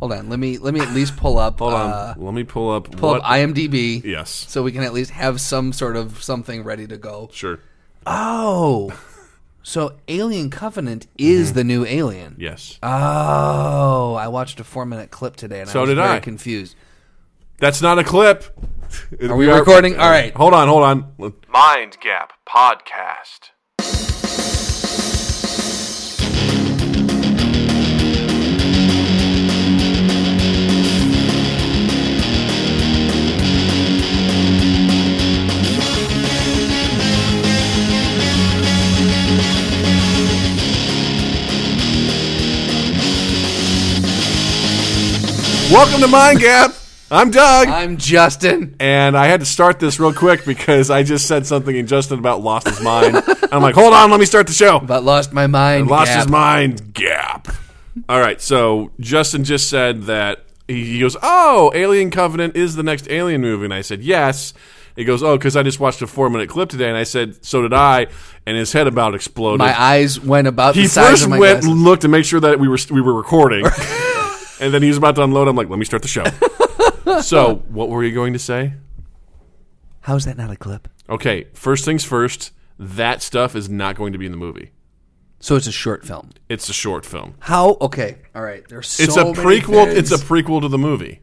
Hold on. Let me let me at least pull up. Hold on. uh, Let me pull up pull what up IMDb. Yes. So we can at least have some sort of something ready to go. Sure. Oh. So Alien Covenant Mm-hmm. is the new Alien. Yes. Oh, I watched a four-minute clip today, and So I was did very I. confused. That's not a clip. Are we, recording? All right. Hold on, hold on. Let- Mind Gap Podcast. Welcome to Mind Gap. I'm Doug. I'm Justin. and I had to start this real quick because I just said something and Justin about lost his mind. I'm like, hold on, let me start the show. But lost my mind. Lost Gap. his mind. Gap. All right. So Justin just said that he he goes, "Oh, Alien Covenant is the next Alien movie," and I said, "Yes." He goes, "Oh, because I just watched a four-minute clip today," and I said, "So did I," and his head about exploded. My eyes went about he the size first of my went glasses. and looked to make sure that we were we were recording, and then he was about to unload. I'm like, "Let me start the show." so, what were you going to say? How is that not a clip? Okay, first things first. That stuff is not going to be in the movie. So it's a short film. It's a short film. How? Okay. All right. There's so It's a many prequel. things. It's a prequel to the movie.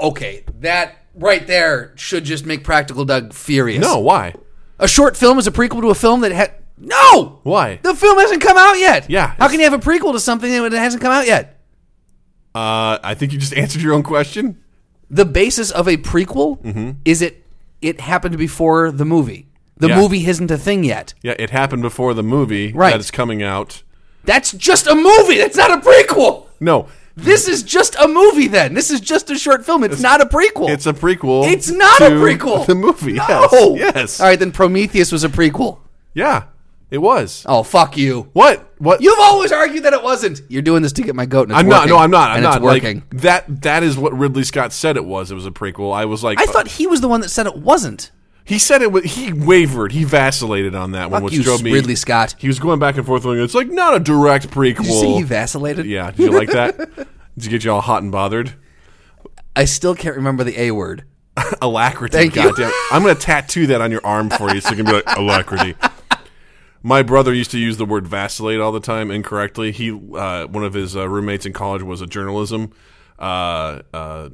okay. That right there should just make Practical Doug furious. No, why? A short film is a prequel to a film that had no. Why? The film hasn't come out yet. Yeah, How it's- can you have a prequel to something that hasn't come out yet? Uh, I think you just answered your own question. The basis of a prequel Mm-hmm. is it it happened before the movie. The Yeah. movie isn't a thing yet. Yeah, it happened before the movie Right. that is coming out. That's just a movie. That's not a prequel. No, This is just a movie. Then this is just a short film. It's, not a prequel. it's a prequel. It's not a to prequel. The movie. No! Yes. Yes. All right, then Prometheus was a prequel. Yeah. It was. Oh fuck you. What? What? You've always argued that it wasn't. You're doing this to get my goat. And it's I'm not. working. No, I'm not. I'm and not. It's working. Like that. That is what Ridley Scott said it was. It was a prequel. I was like, I thought he was the one that said it wasn't. He said it. wa- He wavered. He vacillated on that one, Fuck which you, drove me. Ridley Scott. He was going back and forth. Going, it's like not a direct prequel. Did you see he vacillated? yeah. Did you like that? Did you get you all hot and bothered? I still can't remember the A word. Alacrity. Thank you. goddamn. I'm going to tattoo that on your arm for you, so you can be like alacrity. My brother used to use the word vacillate all the time incorrectly. He, uh, one of his uh, roommates in college, was a journalism uh, uh,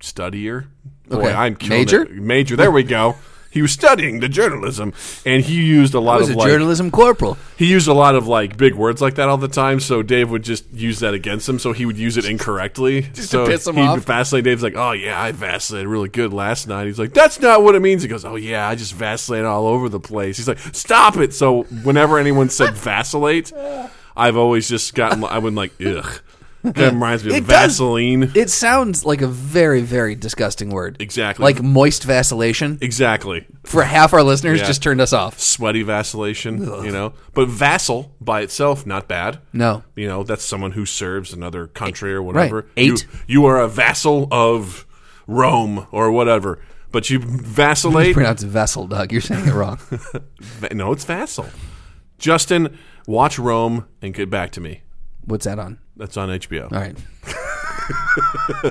studier. Boy, Okay. I'm killing Major? it. Major. There we go. He was studying the journalism, and he used a lot I was a of like journalism corporal. he used a lot of like big words like that all the time, so Dave would just use that against him. So he would use it incorrectly. Just to so piss him he'd off? Vacillate. Dave's like, "Oh yeah, I vacillated really good last night." He's like, "That's not what it means." He goes, "Oh yeah, I just vacillate all over the place." He's like, "Stop it!" So whenever anyone said vacillate, I've always just gotten. I would like, ugh. That reminds me of It does. Vaseline. It sounds like a very, very disgusting word. Exactly. Like moist vacillation. exactly. For half our listeners, Yeah. just turned us off. Sweaty vacillation, you know. But vassal by itself, not bad. No. You know, that's someone who serves another country or whatever. Eight. You, you are a vassal of Rome or whatever. But you vacillate. Pronounce vessel, Doug. You're saying it wrong. Va- no, it's vassal. Justin, watch Rome and get back to me. What's that on? That's on HBO. All right.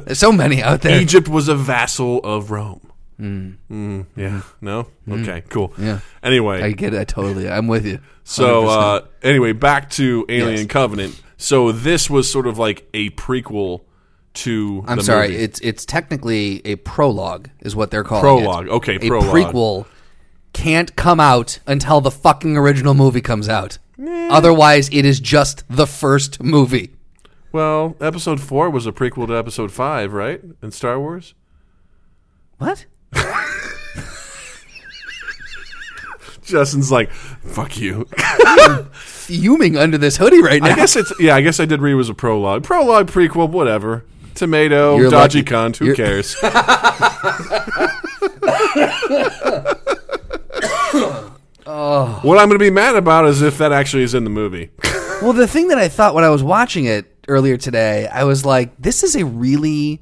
There's so many out there. Egypt was a vassal of Rome. Mm, yeah. No? Okay, cool. Hmm. Yeah. Anyway. I get it. I totally. I'm with you. So 100%. uh, anyway, back to Alien Yes. Covenant. So this was sort of like a prequel to. I'm the sorry. movie. It's it's technically a prologue, is what they're calling Prologue, it. okay, a prologue. prequel can't come out until the fucking original movie comes out. Otherwise, it is just the first movie. well, Episode Four was a prequel to Episode Five, right? In Star Wars. What? Justin's like, "Fuck you." Fuming under this hoodie right now. I guess it's yeah. I guess I did read it was a prologue, prologue, prequel, whatever. Tomato, You're dodgy lucky- cunt. Who you're- cares? What I'm going to be mad about is if that actually is in the movie. Well, the thing that I thought when I was watching it earlier today, I was like, this is a really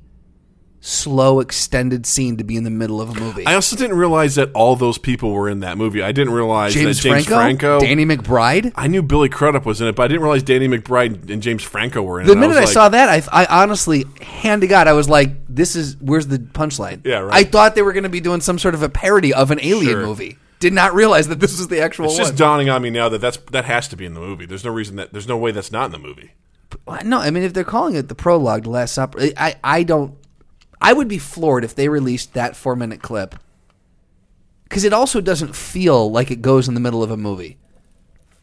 slow extended scene to be in the middle of a movie. I also didn't realize that all those people were in that movie. I didn't realize James, that James Franco, Franco, Danny McBride. I knew Billy Crudup was in it, but I didn't realize Danny McBride and James Franco were in it. The And minute I, was like, saw that, I, I honestly, hand to God, I was like, "This is where's the punchline?" Yeah, right. I thought they were going to be doing some sort of a parody of an alien Sure. movie. Did not realize that this was the actual it's one. just dawning on me now that that's that has to be in the movie. There's no reason that there's no way that's not in the movie. Well, No, I mean if they're calling it the prologue, the Last Supper, I- I I don't. I would be floored if they released that four minute clip because it also doesn't feel like it goes in the middle of a movie.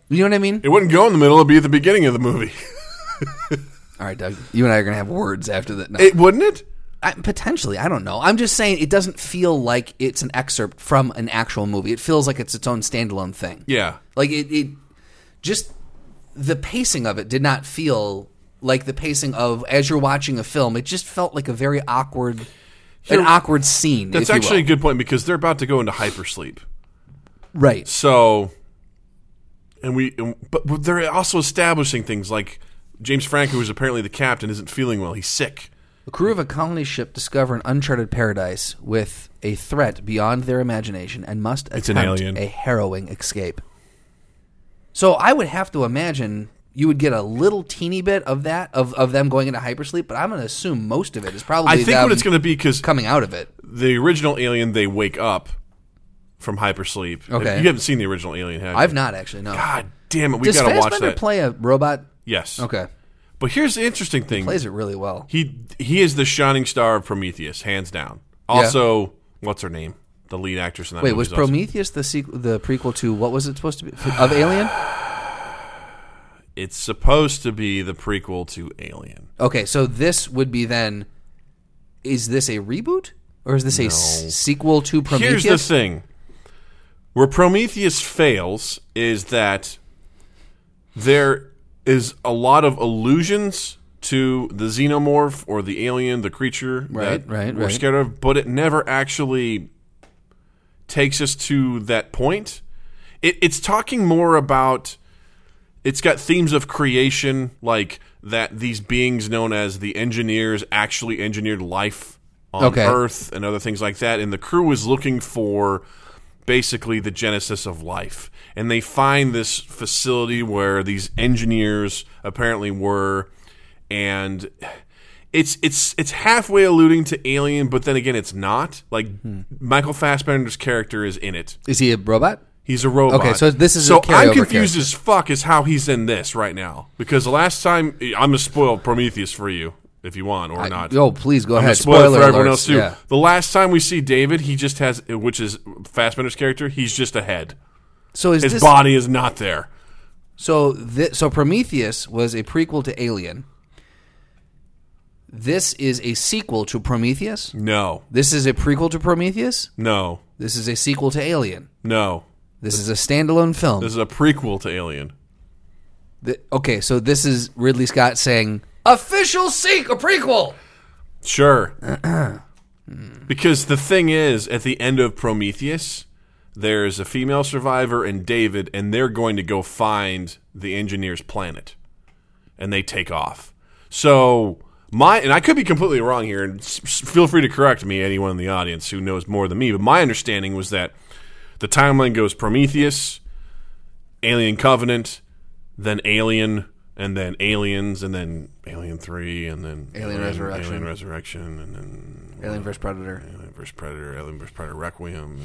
You know what I mean? It wouldn't go in the middle; it'd be at the beginning of the movie. All right, Doug, you and I are gonna have words after that. No, It wouldn't it? I, potentially, I don't know. I'm just saying it doesn't feel like it's an excerpt from an actual movie. It feels like it's its own standalone thing. Yeah, Like it, it just the pacing of it did not feel like the pacing of as you're watching a film. It just felt like a very awkward, an You're- awkward scene. that's if you actually a will. good point because they're about to go into hypersleep. right. So, and we, and, but they're also establishing things like James Franco, who's apparently the captain, isn't feeling well. He's sick. A crew of a colony ship discover an uncharted paradise with a threat beyond their imagination and must an attempt alien. a harrowing escape. So I would have to imagine you would get a little teeny bit of that of, of them going into hypersleep, but I'm going to assume most of it is probably I think them what it's going to be because coming out of it. the original Alien, they wake up from hypersleep. Okay. you haven't seen the original Alien, have you? I've not actually no. God damn it, we Does got to watch Fassbender that. play a robot? yes. Okay, But here's the interesting thing. plays it really well. He he is the shining star of Prometheus, hands down. Also, what's her name? The lead actress in that Wait, movie was is awesome. Prometheus the sequ- the prequel to what was it supposed to be of Alien? It's supposed to be the prequel to Alien. Okay, so this would be then. Is this a reboot or is this a s- sequel to Prometheus? Here's the thing. Where Prometheus fails is that there is a lot of allusions to the xenomorph or the alien, the creature Right, that right, we're right. scared of, but it never actually takes us to that point. It, it's talking more about it's got themes of creation like that these beings known as the engineers actually engineered life on Okay. earth and other things like that and the crew is looking for basically the genesis of life and they find this facility where these engineers apparently were and it's it's it's halfway alluding to alien but then again it's not like michael fassbender's character is in it Is he a robot? He's a robot. Okay, so this is so a I'm carryover confused as fuck as how he's in this right now because the last time I'm gonna spoil Prometheus for you if you want or not. Oh, please go I'm gonna ahead. spoil it for everyone alerts, else too. yeah. The last time we see David, he just has which is Fassbender's character. He's just a head. So is His this? body is not there. so thi- so Prometheus was a prequel to Alien. This is a sequel to Prometheus. No, This is a prequel to Prometheus. no, This is a sequel to Alien. no. This is a standalone film. This is a prequel to Alien. Th- okay, so this is Ridley Scott saying official sequel, prequel. Sure. because the thing is, at the end of Prometheus, there's a female survivor and David, and they're going to go find the engineer's planet. And they take off. So, my, and I could be completely wrong here, and s- s- feel free to correct me, anyone in the audience who knows more than me, but my understanding was that the timeline goes Prometheus, Alien Covenant, then Alien, and then Aliens, and then Alien Three, and then Alien Resurrection. Alien Resurrection, and then Alien vs Predator. Alien vs Predator, Alien vs Predator Requiem,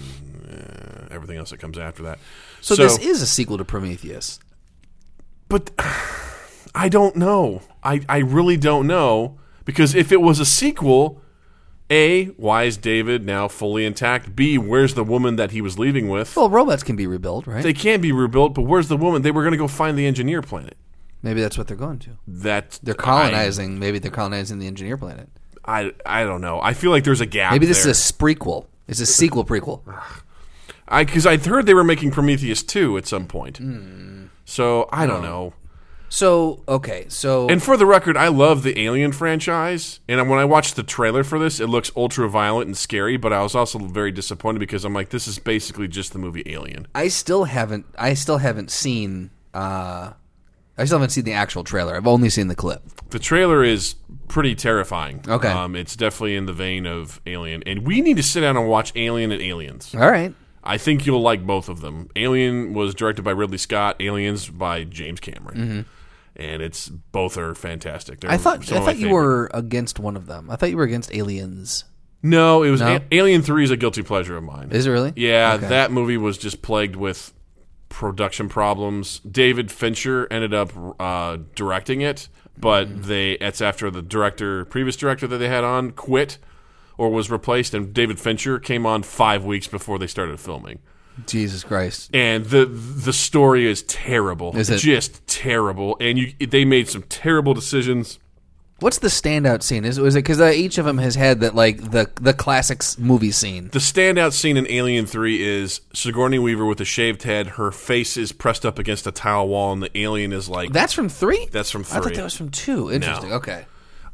and uh, everything else that comes after that. So, this is a sequel to Prometheus. but I don't know. I I really don't know because if it was a sequel. A, why is David now fully intact? B, where's the woman that he was leaving with? Well, robots can be rebuilt, right? They can be rebuilt, but where's the woman? They were going to go find the engineer planet. Maybe that's what they're going to. That They're colonizing. maybe they're colonizing the engineer planet. I, I I don't know. I feel like there's a gap. Maybe this there. is a prequel. It's a sequel prequel. I because I heard they were making Prometheus two at some point. Hmm. So I Oh. don't know. So okay, so And for the record, I love the Alien franchise. And when I watched the trailer for this, it looks ultra violent and scary. But I was also very disappointed because I'm like, this is basically just the movie Alien. I still haven't. I still haven't seen uh, I still haven't seen the actual trailer. I've only seen the clip. The trailer is pretty terrifying. Okay. Um, it's definitely in the vein of Alien. And we need to sit down and watch Alien and Aliens. All right. I think you'll like both of them. Alien was directed by Ridley Scott, Aliens by James Cameron. And it's both are fantastic. They're Mm-hmm. I thought some I of my thought you favorite. were against one of them. I thought you were against Aliens. No, it was A- Alien 3 is a guilty pleasure of mine. Is it really? Yeah, that movie was just plagued with production problems. David Fincher ended up uh, directing it, but Mm. they it's after the director, previous director that they had on, quit or was replaced, and David Fincher came on five weeks before they started filming. Jesus Christ. And the the story is terrible, Is it? just terrible. And you, they made some terrible decisions. What's the standout scene? Is was it because each of them has had that like the the classics movie scene? The standout scene in Alien 3 is Sigourney Weaver with a shaved head. Her face is pressed up against a tile wall, and the alien is like. That's from three. That's from I thought three. that was from two. Interesting. Okay.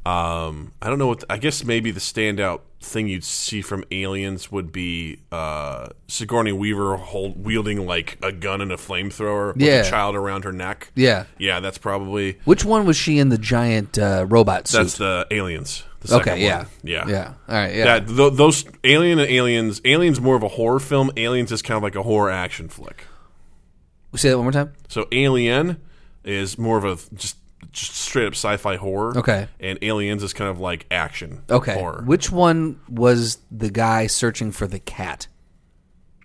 Um, I don't know what. I guess maybe the standout thing you'd see from Aliens would be uh, Sigourney Weaver hold, wielding like a gun and a flamethrower with Yeah. a child around her neck. Yeah. Yeah, that's probably Which one was she in the giant uh, robot suit? that's the Aliens. The second okay. Yeah. one. yeah, Yeah. All right. Yeah. That th- those Alien and Aliens. Aliens more of a horror film. Aliens is kind of like a horror action flick. Say that one more time. So Alien is more of a just just straight up sci-fi horror. Okay. and Aliens is kind of like action. Okay. horror. Which one was the guy searching for the cat?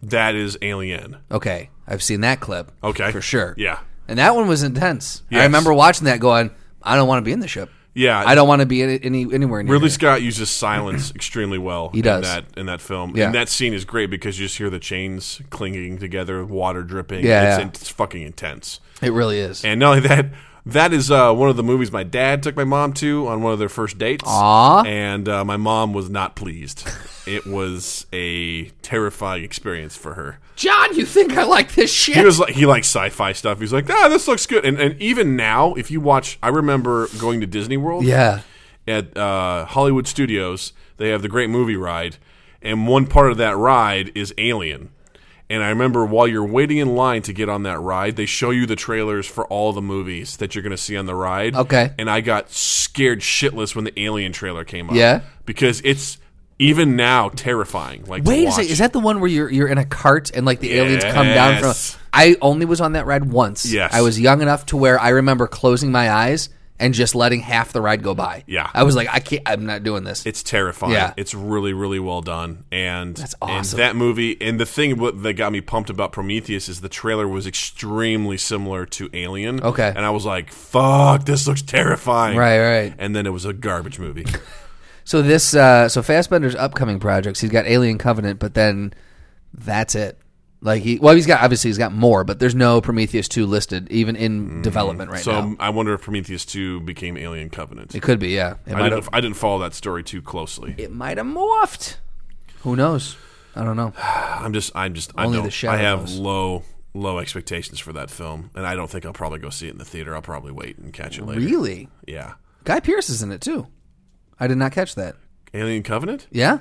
that is Alien. Okay, I've seen that clip. Okay. for sure. Yeah. and that one was intense. I Yes. remember watching that, going, "I don't want to be in the ship. Yeah. I don't want to be in any anywhere near." Ridley it." Scott uses silence extremely well. He does. in that in that film. Yeah. And that scene is great because you just hear the chains clinging together, water dripping. Yeah, it's, yeah. in- it's fucking intense. It really is. And not only that, that is uh, one of the movies my dad took my mom to on one of their first dates. Aw. And uh, my mom was not pleased. it was a terrifying experience for her. John, you think I like this shit? He was like he likes sci-fi stuff. He's like, ah, this looks good. And and even now, if you watch, I remember going to Disney World yeah, at uh, Hollywood Studios, they have the great movie ride, and one part of that ride is Alien. And I remember while you're waiting in line to get on that ride, they show you the trailers for all the movies that you're going to see on the ride. Okay. And I got scared shitless when the Alien trailer came up. Yeah? Because it's even now terrifying. Like to Wait a watch. second. Is that the one where you're you're in a cart and like the aliens come down from? Yes. I only was on that ride once. Yes. I was young enough to where I remember closing my eyes and just letting half the ride go by. Yeah. I was like, I can't. I'm not doing this. It's terrifying. Yeah. It's really, really well done. And that's awesome. And that movie, and the thing what- that got me pumped about Prometheus is the trailer was extremely similar to Alien. Okay. And I was like, fuck, this looks terrifying. Right, right. And then it was a garbage movie. So this, uh, so Fassbender's upcoming projects, he's got Alien Covenant, but then that's it. Like he, well, he's got obviously he's got more, but there's no Prometheus two listed even in development right Mm-hmm. so now. I wonder if Prometheus 2 became Alien Covenant. It could be, yeah. It I might have, didn't, I didn't follow that story too closely. it might have morphed. Who knows? I don't know. I'm just, I'm just, I Only don't, the shadow I have knows. low, low expectations for that film. And I don't think I'll probably go see it in the theater. I'll probably wait and catch it later. Really, Yeah. Guy Pierce is in it too. I did not catch that. Alien Covenant? Yeah,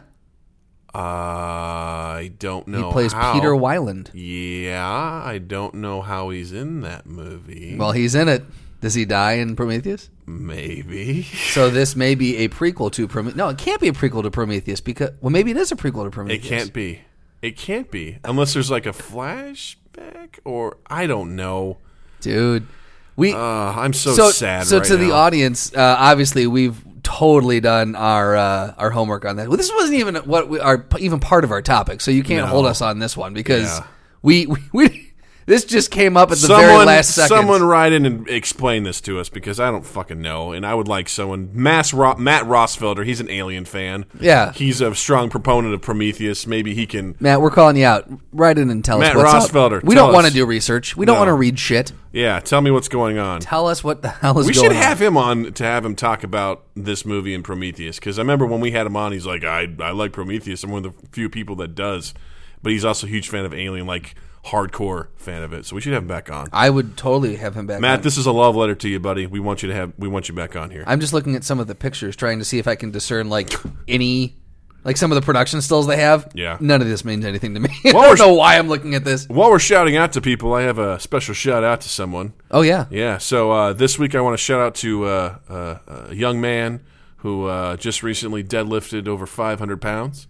I don't know. he plays Oh, how. Peter Wyland. Yeah, I don't know how he's in that movie. Well, he's in it. Does he die in Prometheus? Maybe. So this may be a prequel to Prometheus. No, it can't be a prequel to Prometheus because well, maybe it is a prequel to It Prometheus. can't be. It can't be. Unless there's like a flashback or I don't know. dude. We Uh, I'm so, so sad so right to the now. audience. Uh, obviously, we've totally done our uh, our homework on that. Well, this wasn't even what we, our even part of our topic, so you can't No. hold us on this one because Yeah. we, we we this just came up at the someone, very last second. someone write in and explain this to us because I don't fucking know. And I would like someone, Mass Ro- Matt Rossfelder. He's an Alien fan. Yeah. he's a strong proponent of Prometheus. Maybe he can. Matt, we're calling you out. Write in and tell Matt us what's Rosfelder, up. We tell don't want to us. do research. We don't No. want to read shit. Yeah, tell me what's going on. Tell us what the hell is We going should have on. him on to have him talk about this movie and Prometheus because I remember when we had him on, he's like, I, I like Prometheus. I'm one of the few people that does, but he's also a huge fan of Alien, like hardcore fan of it. So we should have him back on. I would totally have him back. Matt, on. this is a love letter to you, buddy. We want you to have we want you back on here. I'm just looking at some of the pictures, trying to see if I can discern like any Like some of the production stills they have. Yeah. None of this means anything to me. Well, I we're- don't know why I'm looking at this. While we're shouting out to people, I have a special shout out to someone. Oh yeah. Yeah. So uh, this week I want to shout out to uh, uh, a young man who uh, just recently deadlifted over 500 pounds.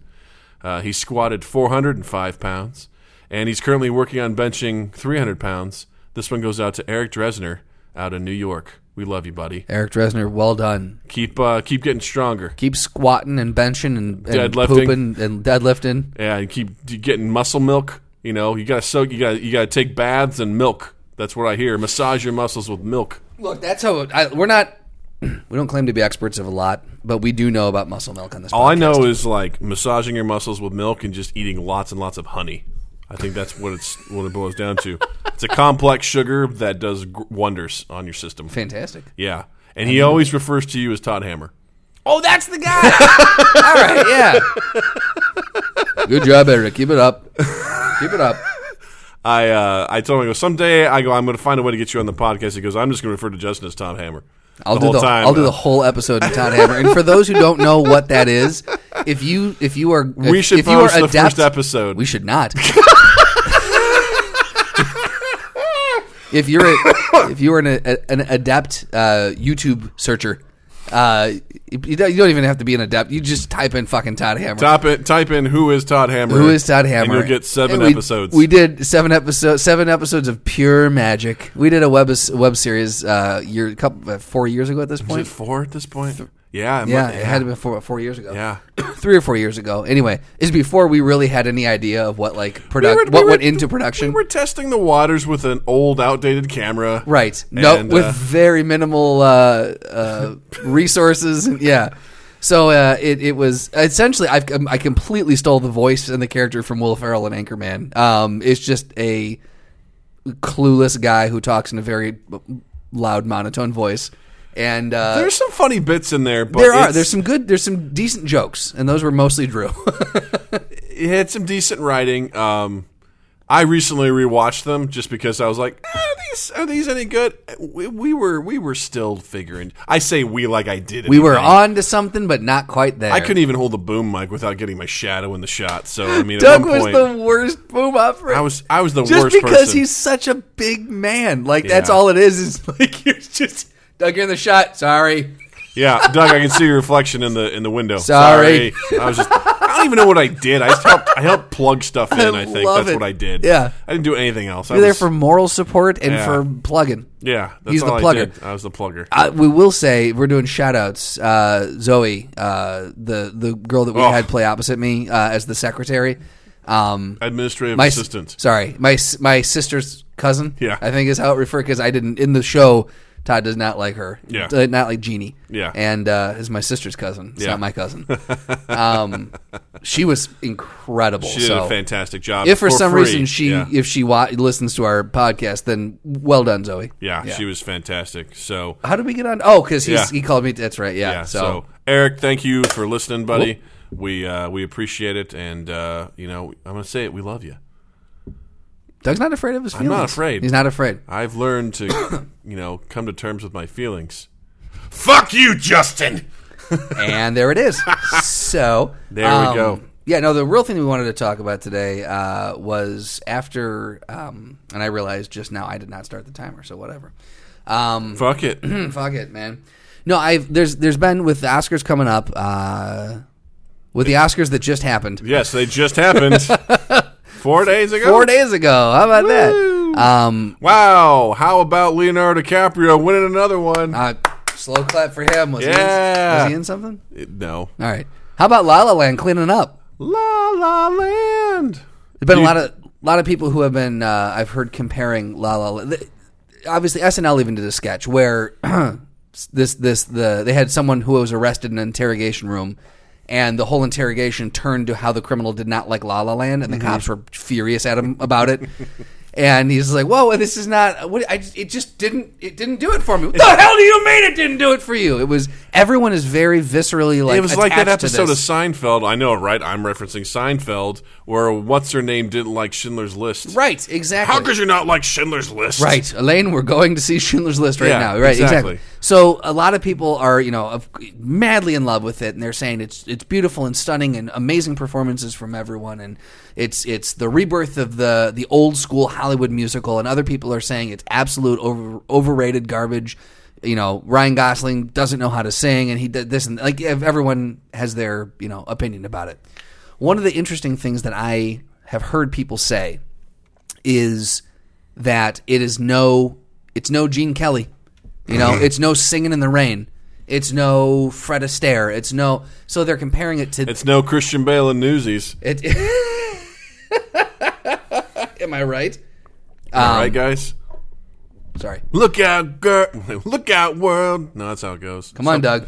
Uh, he squatted 405 pounds, and he's currently working on benching 300 pounds. This one goes out to Eric Dresner out in New York. We love you, buddy. Eric Dresner, well done. Keep uh, keep getting stronger. Keep squatting and benching and, and Deadlifting. pooping and deadlifting. Yeah, and keep d- getting muscle milk. You know, you gotta soak. You gotta you gotta take baths and milk. That's what I hear. Massage your muscles with milk. Look, that's how I, we're not. We don't claim to be experts of a lot, but we do know about muscle milk on this. All I podcast. know is like massaging your muscles with milk and just eating lots and lots of honey. I think that's what it's what it boils down to. It's a complex sugar that does gr- wonders on your system. fantastic. Yeah, and he always refers to you as Todd Hammer. Oh, that's the guy. All right, yeah. Good job, Eric. Keep it up. Keep it up. I uh, I told him I go someday I go I'm going to find a way to get you on the podcast. He goes I'm just going to refer to Justin as Todd Hammer. I'll do the I'll do the whole episode of Todd Hammer. And for those who don't know what that is, if you if you are We should if you are post the adept- first episode. We should not. if you're a, if you are an, a, an adept uh, YouTube searcher, uh, you, don't, you don't even have to be an adept. You just type in fucking Todd Hammer. Top it, type in who is Todd Hammer. Who is Todd And Hammer? you'll get seven And we, episodes. We did seven episodes. Seven episodes of pure magic. We did a web web series uh, year couple uh, four years ago at this Is it point. four at this point. Yeah, it Yeah, might- it had to be four, four years ago. Yeah. three or four years ago. Anyway, is before we really had any idea of what like product We were- we what were- went into production. We were testing the waters with an old, outdated camera. Right. No, And, with uh, very minimal uh, uh, resources. And, yeah. So uh, it it was essentially I've com- I completely stole the voice and the character from Will Ferrell and Anchorman. Um, it's just a clueless guy who talks in a very loud monotone voice, and uh, There's some funny bits in there, but there are it's- there's some good there's some decent jokes, and those were mostly Drew. it had some decent writing. Um, I recently rewatched them just because I was like, "Eh, are these are these any good? We, we were we were still figuring. I say we like I did. we were anything. on to something, but not quite there. I couldn't even hold the boom mic without getting my shadow in the shot. So I mean, Doug at one was point, the worst boom operator. I was I was the just worst because person. he's such a big man. Like that's Yeah. all it is. Is like you're just Doug, you're in the shot. Sorry, Yeah, Doug, I can see your reflection in the in the window. Sorry. Sorry. I was just I don't even know what I did. I just helped I helped plug stuff in, I, think. love it. That's what I did. Yeah. I didn't do anything else. I you're there was- for moral support and Yeah. for plugging. Yeah, that's he's the all I plugger. did. I was the plugger. Uh, we will say we're doing shout outs. Uh, Zoe, uh, the the girl that we Oh. had play opposite me uh, as the secretary. Um, Administrative my s- assistant. Sorry, my s- my sister's cousin. Yeah. I think is how it referred because I didn't in the show. Todd does not like her. Yeah. Uh, not like Jeannie. Yeah. and uh, is my sister's cousin. It's Yeah. not my cousin. um, she was incredible. She did so a fantastic job. if for, some free. reason she yeah. if she wa- listens to our podcast, then well done, Zoe. yeah, she was fantastic. So How did we get on? Oh, because Yeah. he called me. That's right. Yeah. yeah, so. so. Eric, thank you for listening, buddy. We uh, we appreciate it, and uh, you know I'm gonna say it. We love you. Doug's not afraid of his feelings. not afraid. He's not afraid. I've learned to you know come to terms with my feelings. Fuck you, Justin. and there it is. So um, There we go. Yeah, no, the real thing we wanted to talk about today uh, was after, um, and I realized just now I did not start the timer, so whatever. Um, Fuck it. fuck it, man. No, I've there's there's been with the Oscars coming up, uh, with the Oscars that just happened. Yes, they just happened four days ago. Four days ago. How about that? Um, Wow! How about Leonardo DiCaprio winning another one? uh, slow clap for him. Was, he in, Yeah. was he in something? It- no, All right. How about La La Land cleaning up? La La Land. There's been a lot of lot of people who have been uh, I've heard comparing La La. Land. th- Obviously, SNL even did a sketch where this this the they had someone who was arrested in an interrogation room, and the whole interrogation turned to how the criminal did not like La La Land, and the Mm-hmm. cops were furious at him about it. And he's like, "Whoa, this is not. What, I just- it just didn't. It didn't do it for me. What the hell do you mean it didn't do it for you? It was everyone is very viscerally like. It was like that attached to episode of this. Seinfeld. I know, right? I'm referencing Seinfeld, where what's her name didn't like Schindler's List. right? Exactly. How could you not like Schindler's List? Right, Elaine, we're going to see Schindler's List right Yeah, now. Right, exactly. exactly. So a lot of people are, you know, of- madly in love with it, and they're saying it's it's beautiful and stunning and amazing performances from everyone, and it's it's the rebirth of the the old school Hollywood musical. And other people are saying it's absolute over, overrated garbage. You know, Ryan Gosling doesn't know how to sing, and he did this and like ev- everyone has their you know opinion about it. One of the interesting things that I have heard people say is that it is no it's no Gene Kelly. You Mm-hmm. know, it's no singing in the rain. It's no Fred Astaire. It's no so they're comparing it to It's no Christian Bale in Newsies. it Am I right? All Um, right, guys. Sorry. Look out, girl! Look out, world! No, that's how it goes. Come on, Doug.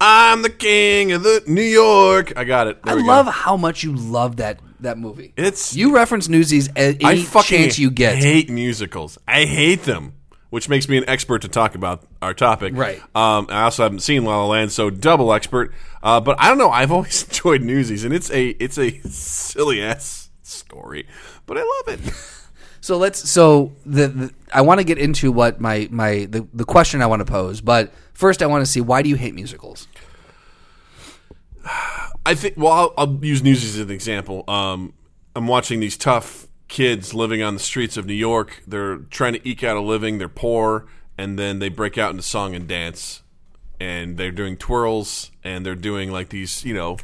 I'm the king of the New York. I got it. There I we go. love how much you love that that movie. It's- you reference Newsies at I any fucking chance you get. hate musicals. I hate them, which makes me an expert to talk about our topic. Right. Um, I also haven't seen La La Land, so double expert. Uh, but I don't know. I've always enjoyed Newsies, and it's a it's a silly ass story, but I love it. So let's. So the, the I want to get into what my my the, the question I want to pose, but first I want to see why do you hate musicals? I think. Well, I'll, I'll use Newsies as an example. Um, I'm watching these tough kids living on the streets of New York. They're trying to eke out a living. They're poor, and then they break out into song and dance, and they're doing twirls, and they're doing like these, you know.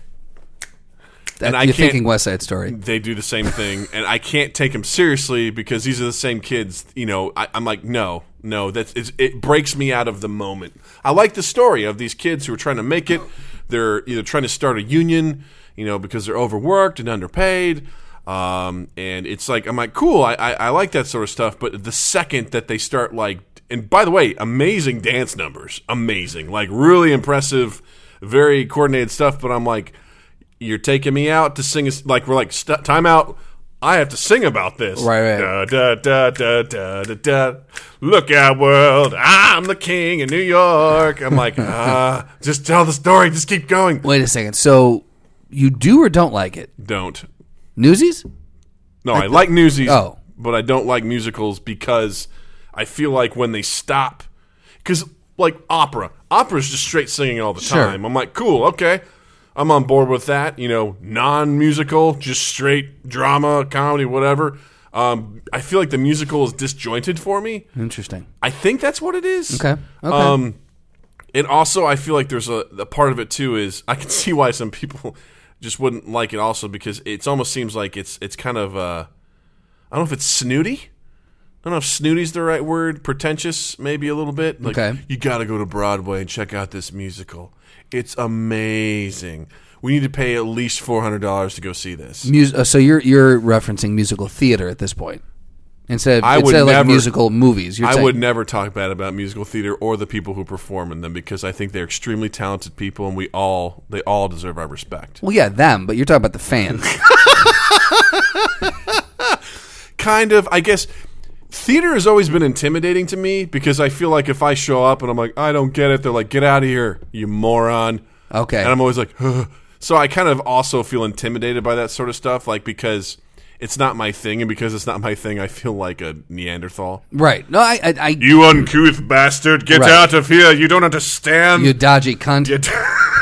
That, I you're can't- thinking West Side Story. They do the same thing, and I can't take them seriously because these are the same kids. You know, I, I'm like, no, no, that's it's, it breaks me out of the moment. I like the story of these kids who are trying to make it. They're either trying to start a union, you know, because they're overworked and underpaid. Um, and it's like I'm like, cool, I, I, I like that sort of stuff. But the second that they start like, and by the way, amazing dance numbers, amazing, like really impressive, very coordinated stuff. But I'm like you're taking me out to sing. a s- Like we're like st- time out. I have to sing about this. Right, Da, right. da, da, da, da, da. Look out, world! I'm the king of New York. I'm like, ah, just tell the story. Just keep going. Wait a second. So you do or don't like it? Don't. Newsies? No, I like Newsies, Oh. but I don't like musicals because I feel like when they stop, because like opera, opera's just straight singing all the Sure. time. I'm like, cool, okay, I'm on board with that. You know, non-musical, just straight drama, comedy, whatever. Um, I feel like the musical is disjointed for me. Interesting. I think that's what it is. Okay. Okay. Um, and also, I feel like there's a, a part of it too is I can see why some people just wouldn't like it. Also, because it almost seems like it's it's kind of uh, I don't know if it's snooty. I don't know if snooty's the right word. Pretentious, maybe a little bit. Like Okay. you got to go to Broadway and check out this musical. It's amazing. We need to pay at least four hundred dollars to go see this. Mus- uh, so you're you're referencing musical theater at this point instead of, I would instead of like never- musical movies. You're I saying- would never talk bad about musical theater or the people who perform in them because I think they're extremely talented people, and we all they all deserve our respect. Well, yeah, them. But you're talking about the fans. kind of i guess theater has always been intimidating to me because i feel like if i show up and i'm like i don't get it they're like get out of here you moron Okay. and i'm always like Ugh. so i kind of also feel intimidated by that sort of stuff like because it's not my thing and because it's not my thing i feel like a neanderthal right. No, I I, I you uncouth bastard get Right. out of here you don't understand you dodgy cunt.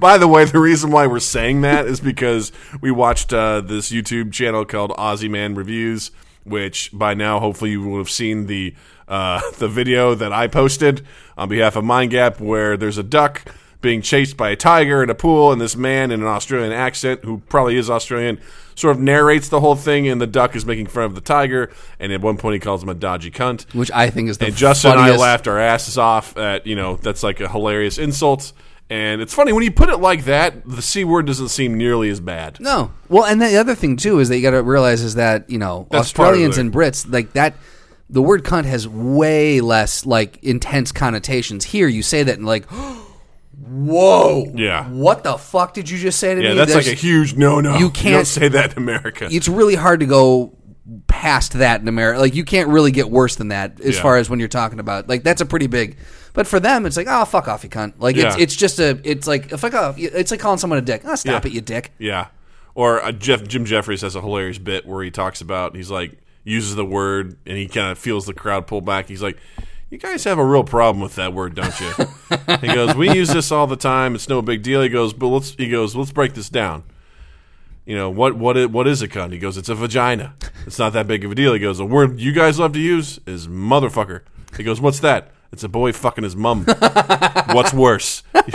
by the way, the reason why we're saying that is because we watched uh, this YouTube channel called Aussie Man Reviews, which by now hopefully you will have seen the uh, the video that I posted on behalf of Mind Gap, where there's a duck being chased by a tiger in a pool, and this man in an Australian accent, who probably is Australian, sort of narrates the whole thing, and the duck is making fun of the tiger, and at one point he calls him a dodgy cunt. which I think is the And Justin and I funniest. laughed our asses off at, you know, that's like a hilarious insult. And it's funny, when you put it like that, the C word doesn't seem nearly as bad. No. Well, and the other thing too is that you got to realize is that you know That's part of Australians it. and Brits like that. The word cunt has way less like intense connotations. Here, you say that and like, whoa, Yeah. what the fuck did you just say to Yeah, me? that's like a There's- huge no no. you don't can't- say that in America. it's really hard to go past that in America. Like you can't really get worse than that as Yeah. far as when you're talking about like that's a pretty big. But for them, it's like oh fuck off you cunt. Like it's Yeah. it's just a it's like fuck off. It's like calling someone a dick. Oh, stop Yeah. it, you dick. yeah. Or uh, Jeff, Jim Jeffries has a hilarious bit where he talks about, he's like, uses the word, and he kind of feels the crowd pull back. He's like, You guys have a real problem with that word, don't you? he goes, We use this all the time. It's no big deal. He goes, But let's he goes, let's break this down. You know, what what is, what is a cunt? He goes, It's a vagina. It's not that big of a deal. He goes, The word you guys love to use is motherfucker. He goes, What's that? It's a boy fucking his mum. What's worse? and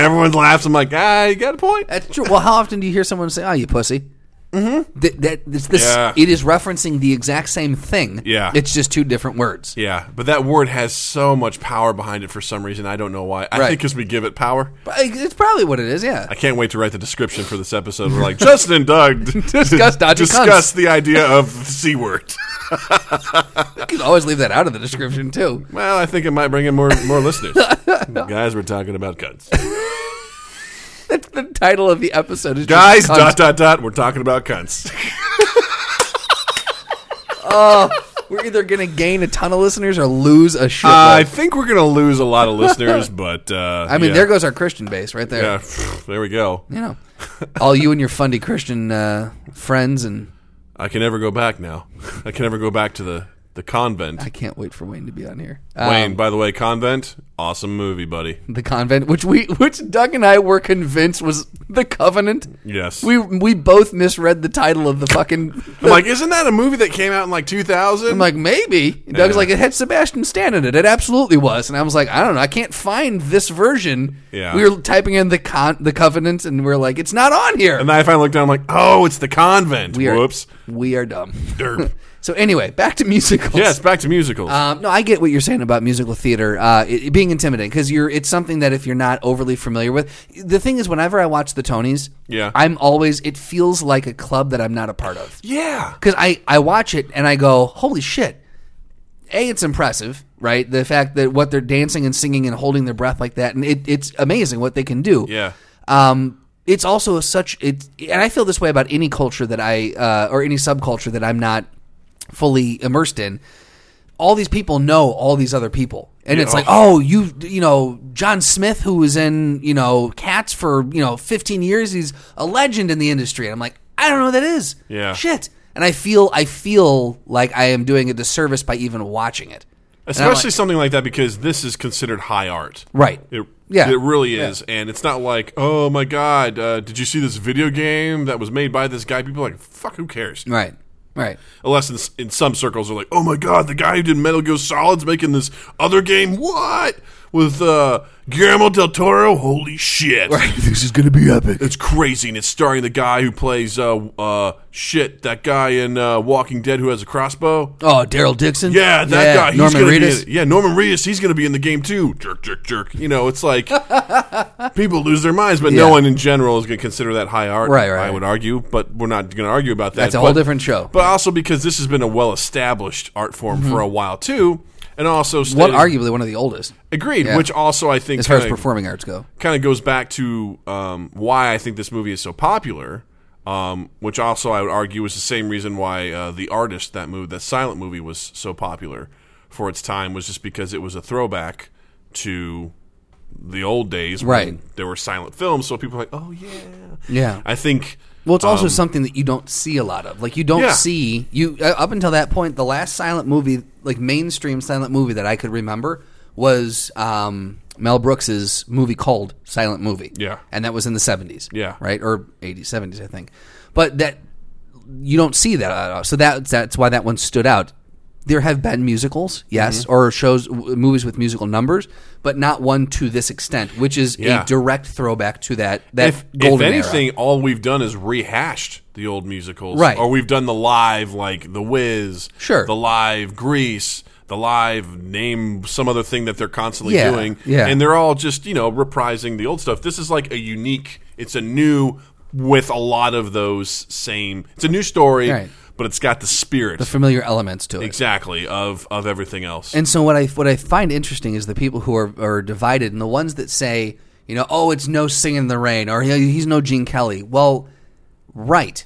everyone laughs. I'm like, ah, you got a point. That's true. Well, how often do you hear someone say, "Oh, you pussy"? Mm-hmm. That, that it's this, Yeah. it is referencing the exact same thing. Yeah. it's just two different words. Yeah, but that word has so much power behind it for some reason. I don't know why. I Right. think because we give it power. But It's probably what it is. Yeah, I can't wait to write the description for this episode. We're like, Justin and Doug d- Discuss dodgy discuss the idea of the C word. you could always leave that out of the description too. Well, I think it might bring in more, more listeners. Guys, we're talking about cuts. That's the title of the episode. Is Guys, just cunt. dot, dot, dot, we're talking about cunts. we're either going to gain a ton of listeners or lose a shitload. I think we're going to lose a lot of listeners, but. Uh, Uh, I mean, yeah. there goes our Christian base right there. Yeah, pff, there we go. You know, all you and your fundy Christian uh, friends, and I can never go back now. I can never go back to the, the convent. I can't wait for Wayne to be on here. Um, Wayne, by the way, Convent, awesome movie, buddy. the convent, which we, which Doug and I were convinced was the covenant. Yes. We we both misread the title of the fucking. I'm like, isn't that a movie that came out in like 2000? I'm like, maybe. And Doug's like, it had Sebastian Stan in it. It absolutely was. And I was like, I don't know. I can't find this version. Yeah. We were typing in the con- the covenant, and we are like, it's not on here. and then I finally looked down, I'm like, oh, it's the Convent. we are, Whoops. We are dumb. Derp. So anyway, back to musicals. yes, back to musicals. Um, no, I get what you're saying about musical theater uh, it, it being intimidating because you're it's something that if you're not overly familiar with, the thing is whenever I watch the Tonys, Yeah. I'm always it feels like a club that I'm not a part of yeah. because I I watch it and I go holy shit, a it's impressive right the fact that what they're dancing and singing and holding their breath like that and it, it's amazing what they can do Yeah. um, it's also such it, and I feel this way about any culture that I uh, or any subculture that I'm not fully immersed in. All these people know all these other people, and it's Yeah. like, oh, you, you know, John Smith, who was in you know Cats for you know 15 years, he's a legend in the industry, and I'm like, I don't know who that is, Yeah. shit, and I feel I feel like I am doing a disservice by even watching it, And I'm like- Especially something like that because this is considered high art. right? It, Yeah. It really is. And it's not like, oh my God, uh, did you see this video game that was made by this guy? People are like, fuck, who cares? right, right. Unless in, s- in some circles are like, oh my God, the guy who did Metal Gear Solid's making this other game. What? With uh, Guillermo del Toro? Holy shit. This is gonna be epic. It's crazy, and it's starring the guy who plays uh uh shit that guy in uh, Walking Dead who has a crossbow. Oh, Daryl Dixon. Yeah, that guy. He's Norman gonna be Reedus. in- yeah, Norman Reedus. He's going to be in the game too. Jerk, jerk, jerk. You know, it's like people lose their minds, but Yeah. no one in general is going to consider that high art. Right, right, I right. would argue, but we're not going to argue about that. That's a whole But- different show. Mm-hmm. But also because this has been a well-established art form for a while too, and also What stated- arguably one of the oldest agreed, which also I think as far as kinda- performing arts go. kind of goes back to um, why I think this movie is so popular, um, which also I would argue is the same reason why uh, the artist that movie, that silent movie, was so popular for its time was just because it was a throwback to the old days when Right. there were silent films. So people were like, oh yeah, Yeah. I think Well, it's also something that you don't see a lot of. Like you don't Um, Yeah. see you uh, up until that point. The last silent movie, like mainstream silent movie that I could remember, was um, Mel Brooks's movie called Silent Movie. Yeah. and that was in the seventies. Yeah. right or 80s, 70s, I think. But that you don't see that at all. So that that's why that one stood out. There have been musicals, yes, Mm-hmm. or shows, w- movies with musical numbers, but not one to this extent, which is Yeah. a direct throwback to that that if, if golden era. anything, all we've done is rehashed the old musicals, Right. Or we've done the live like The Wiz, Sure. the live Grease, the live name some other thing that they're constantly Yeah, doing, yeah. And they're all just you know reprising the old stuff. This is like a unique. It's a new with a lot of those same. It's a new story, Right. but it's got the spirit familiar elements to it. exactly of of everything else. And so what I what I find interesting is the people who are are divided and the ones that say, you know, oh, it's no singing in the rain or "He- he's no Gene Kelly. Well, right.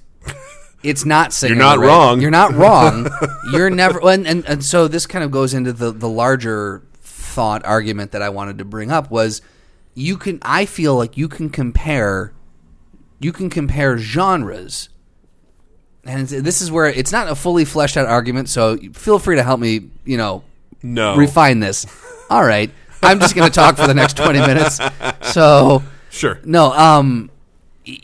It's not singing. in You're not the Rain. wrong. You're not wrong. You're never and, and and so this kind of goes into the the larger thought argument that I wanted to bring up was you can I feel like you can compare you can compare genres and it's- this is where it's not a fully fleshed out argument so feel free to help me you know No. refine this. All right. I'm just going to talk for the next 20 minutes. So, sure. no, um e-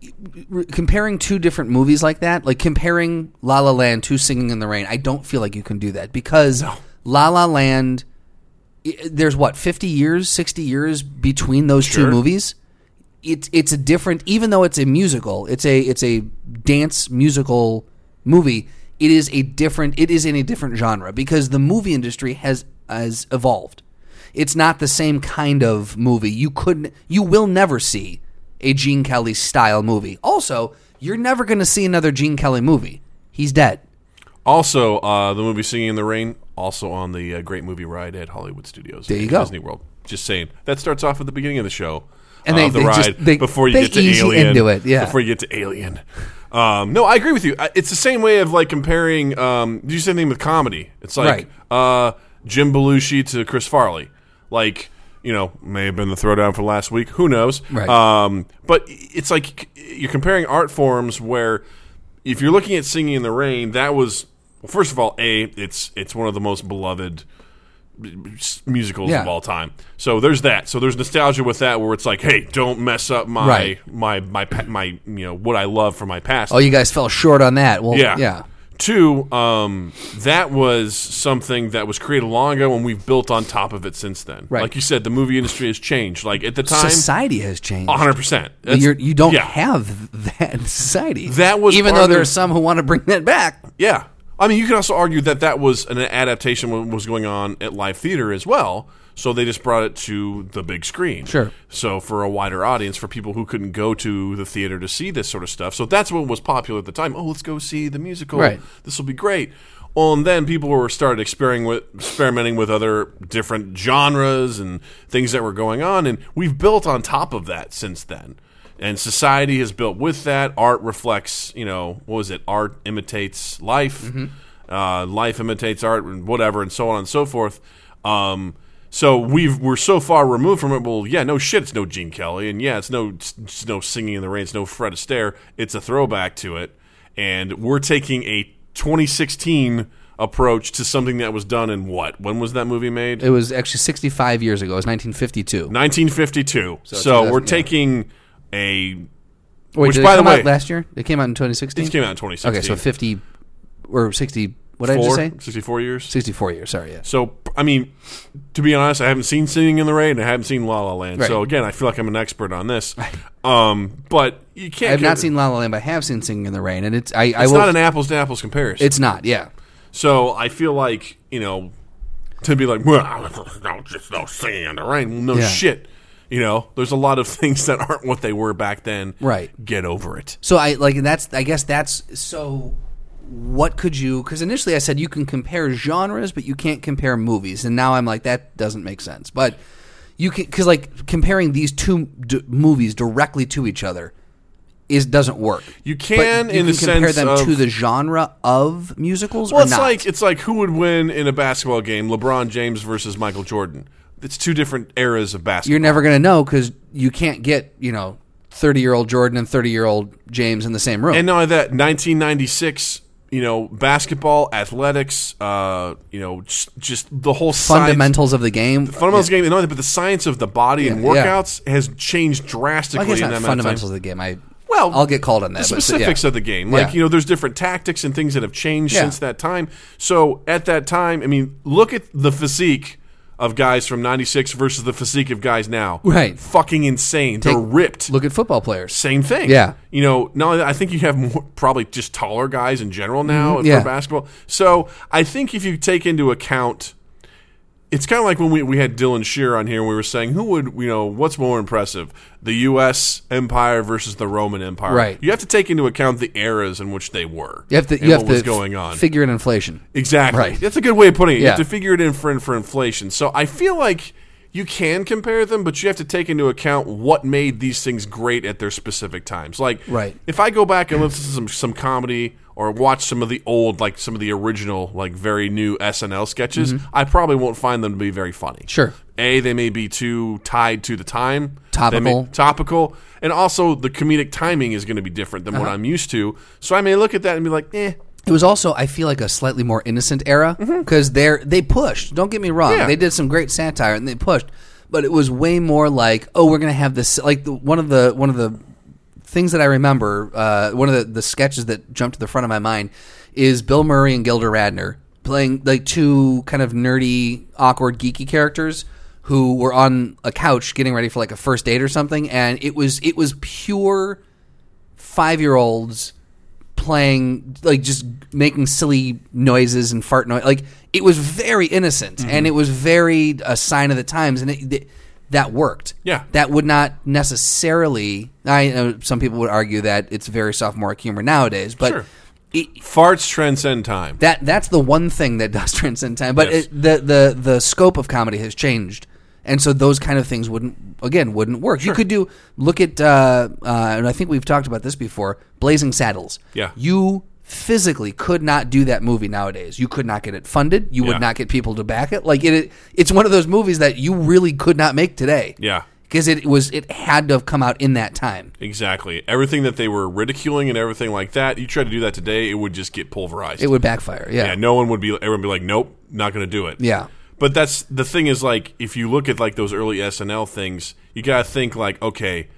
e- re- comparing two different movies like that, like comparing La La Land to Singing in the Rain, I don't feel like you can do that because La La Land i- there's what 50 years, 60 years between those two Sure. movies. It's it's a different even though it's a musical, it's a it's a dance musical movie. It is a different it is in a different genre because the movie industry has has evolved. It's not the same kind of movie. You couldn't you will never see a Gene Kelly style movie. Also, you're never going to see another Gene Kelly movie. He's dead. Also, uh, the movie Singing in the Rain, also on the uh, Great Movie Ride at Hollywood Studios. There you at go. Disney World. Just saying. That starts off at the beginning of the show. And uh, they- of the they ride just- they- before you they get to ease you Alien. into it, yeah. Before you get to Alien. Um, no, I agree with you. I- It's the same way of like comparing. Um, do you say anything with comedy? It's like uh, Jim Belushi to Chris Farley. Like you know, may have been the throwdown for last week. Who knows? Right. Um, but it's like c- you're comparing art forms where if you're looking at Singing in the Rain, that was well, first of all, a it's it's one of the most beloved s- musicals Yeah. of all time. So there's that. So there's nostalgia with that where it's like, hey, don't mess up my Right. my my pa- my you know what I love from my past. Oh, you guys fell short on that. Well, Yeah. yeah. Two, um, that was something that was created long ago, and we've built on top of it since then. Right. Like you said, the movie industry has changed. Like at the time, Society has changed. 100. percent You're, you don't yeah. have that in society. That was even part though of there the- are some who want to bring that back. Yeah. I mean, you could also argue that that was an adaptation what was going on at live theater as well. So they just brought it to the big screen. Sure. So for a wider audience, for people who couldn't go to the theater to see this sort of stuff. So that's what was popular at the time. Oh, let's go see the musical. Right. This will be great. Well, and then people were started experimenting with, experimenting with other different genres and things that were going on, and we've built on top of that since then. And society has built with that. Art reflects, you know, what was it? Art imitates life. Uh, life imitates art, and whatever, and so on and so forth. Um, so we've we're so far removed from it. Well, yeah, no shit, it's no Gene Kelly, and yeah, it's no it's no singing in the rain, it's no Fred Astaire. It's a throwback to it, and we're taking a 2016 approach to something that was done in what? When was that movie made? It was actually 65 years ago. It was 1952. 1952. So, it's- we're yeah. taking a Wait, which, did it by the come out way- last year it came out in 2016. this came out in 2016. okay, so 50 or 60. What did I just Four- say? 64 years. 64 years. Sorry, yes. So I mean, to be honest, I haven't seen Singing in the Rain. and I haven't seen La La Land. Right. So again, I feel like I'm an expert on this. Um, but you can't. I've not get- seen La La Land, but I have seen Singing in the Rain, and it's I, I It's will. not an apples to apples comparison. it's not. Yeah. so I feel like you know to be like, well, no, just no singing in the rain. Well, no Yeah. shit. You know, there's a lot of things that aren't what they were back then. Right. Get over it. So I like that's I guess that's so. What could you? Because initially I said you can compare genres, but you can't compare movies, and now I'm like that doesn't make sense. But you can because like comparing these two d- movies directly to each other is doesn't work. You But can, you can in the compare sense them of to the genre of musicals. Well, or it's not? like it's like who would win in a basketball game: LeBron James versus Michael Jordan. It's two different eras of basketball. you're never going to know because you can't get you know 30 year old Jordan and 30 year old James in the same room. And not only that, 1996, you know, basketball, athletics, uh, you know, just, just the whole science, Fundamentals of the game. fundamentals game. And not only that, but the science of the body and Yeah, yeah. workouts has changed drastically I guess in not that amount of fundamentals time. of the game. I Well, well, I'll get called on that. The but so- yeah. specifics of the game, like Yeah. you know, there's different tactics and things that have changed Yeah. since that time. So at that time, I mean, look at the physique of guys from '96 versus the physique of guys now. Right. fucking insane. They're ripped Look at football players. same thing. Yeah. You know, now I think you have more, probably just taller guys in general now Mm-hmm. yeah. for basketball. So I think if you take into account, it's kind of like when we, we had Dylan Shear on here, we were saying, who would, you know, what's more impressive, the U.S. Empire versus the Roman Empire? Right. You have to take into account the eras in which they were. You have to. and You have what to was going on. figure in inflation. Exactly. Right. That's a good way of putting it. You have Yeah. to figure it in for, for inflation. So I feel like you can compare them, but you have to take into account what made these things great at their specific times. Like, Right. if I go back and listen to some, some comedy or watch some of the old, like some of the original, like very new SNL sketches, I probably won't find them to be very funny. Mm-hmm. Sure. A, they may be too tied to the time. They may- Topical. topical. Uh-huh. And also, the comedic timing is going to be different than what I'm used to. So I may look at that and be like, eh, It was also, I feel like, a slightly more innocent era because they're they pushed. Don't get me wrong; Yeah. they did some great satire and they pushed, but it was way more like, oh, we're gonna have this. Like the, one of the one of the things that I remember, uh, one of the, the sketches that jumped to the front of my mind is Bill Murray and Gilda Radner playing like two kind of nerdy, awkward, geeky characters who were on a couch getting ready for like a first date or something, and it was it was pure five year olds playing like just making silly noises and fart noise like it was very innocent Mm-hmm. and it was very a sign of the times and it, th- that worked Yeah. that would not necessarily i know some people would argue that it's very sophomoric humor nowadays but Sure. it, Farts transcend time. that that's the one thing that does transcend time but Yes. it, the the the scope of comedy has changed and so those kind of things wouldn't again wouldn't work you could do look at uh, uh, and i think we've talked about this before blazing saddles Yeah. you physically could not do that movie nowadays you could not get it funded you Yeah. would not get people to back it like it it's one of those movies that you really could not make today Yeah. because it was it had to have come out in that time Exactly. Everything that they were ridiculing and everything like that, you try to do that today, it would just get pulverized. it would backfire yeah yeah, no one would be everyone would be like, "Nope, not going to do it." Yeah. But that's the thing is like if you look at like those early SNL things, you got to think like, "Okay,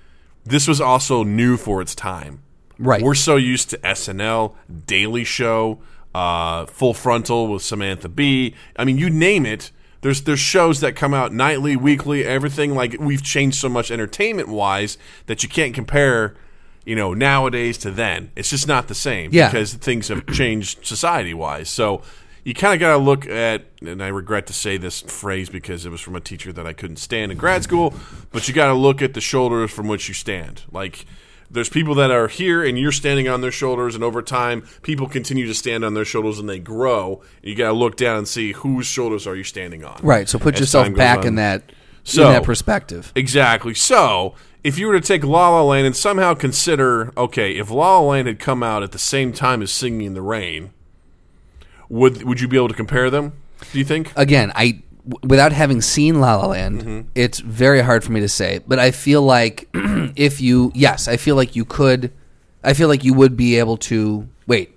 this was also new for its time." Right. We're so used to SNL, Daily Show, uh, Full Frontal with Samantha Bee. I mean, you name it. There's there's shows that come out nightly, weekly, everything. Like we've changed so much entertainment wise that you can't compare, you know, nowadays to then. It's just not the same. Yeah. Because things have changed society wise. So you kind of got to look at, and I regret to say this phrase because it was from a teacher that I couldn't stand in grad school, but you got to look at the shoulders from which you stand. Like, there's people that are here and you're standing on their shoulders, and over time, people continue to stand on their shoulders and they grow. And you got to look down and see whose shoulders are you standing on. right so put As yourself time goes back on. in that So- in that perspective Exactly. So, if you were to take La La Land and somehow consider, okay, if La La Land had come out at the same time as Singing in the Rain, would would you be able to compare them? Do you think? again, I w- without having seen La La Land, Mm-hmm. it's very hard for me to say. But I feel like if you, yes, I feel like you could. I feel like you would be able to wait.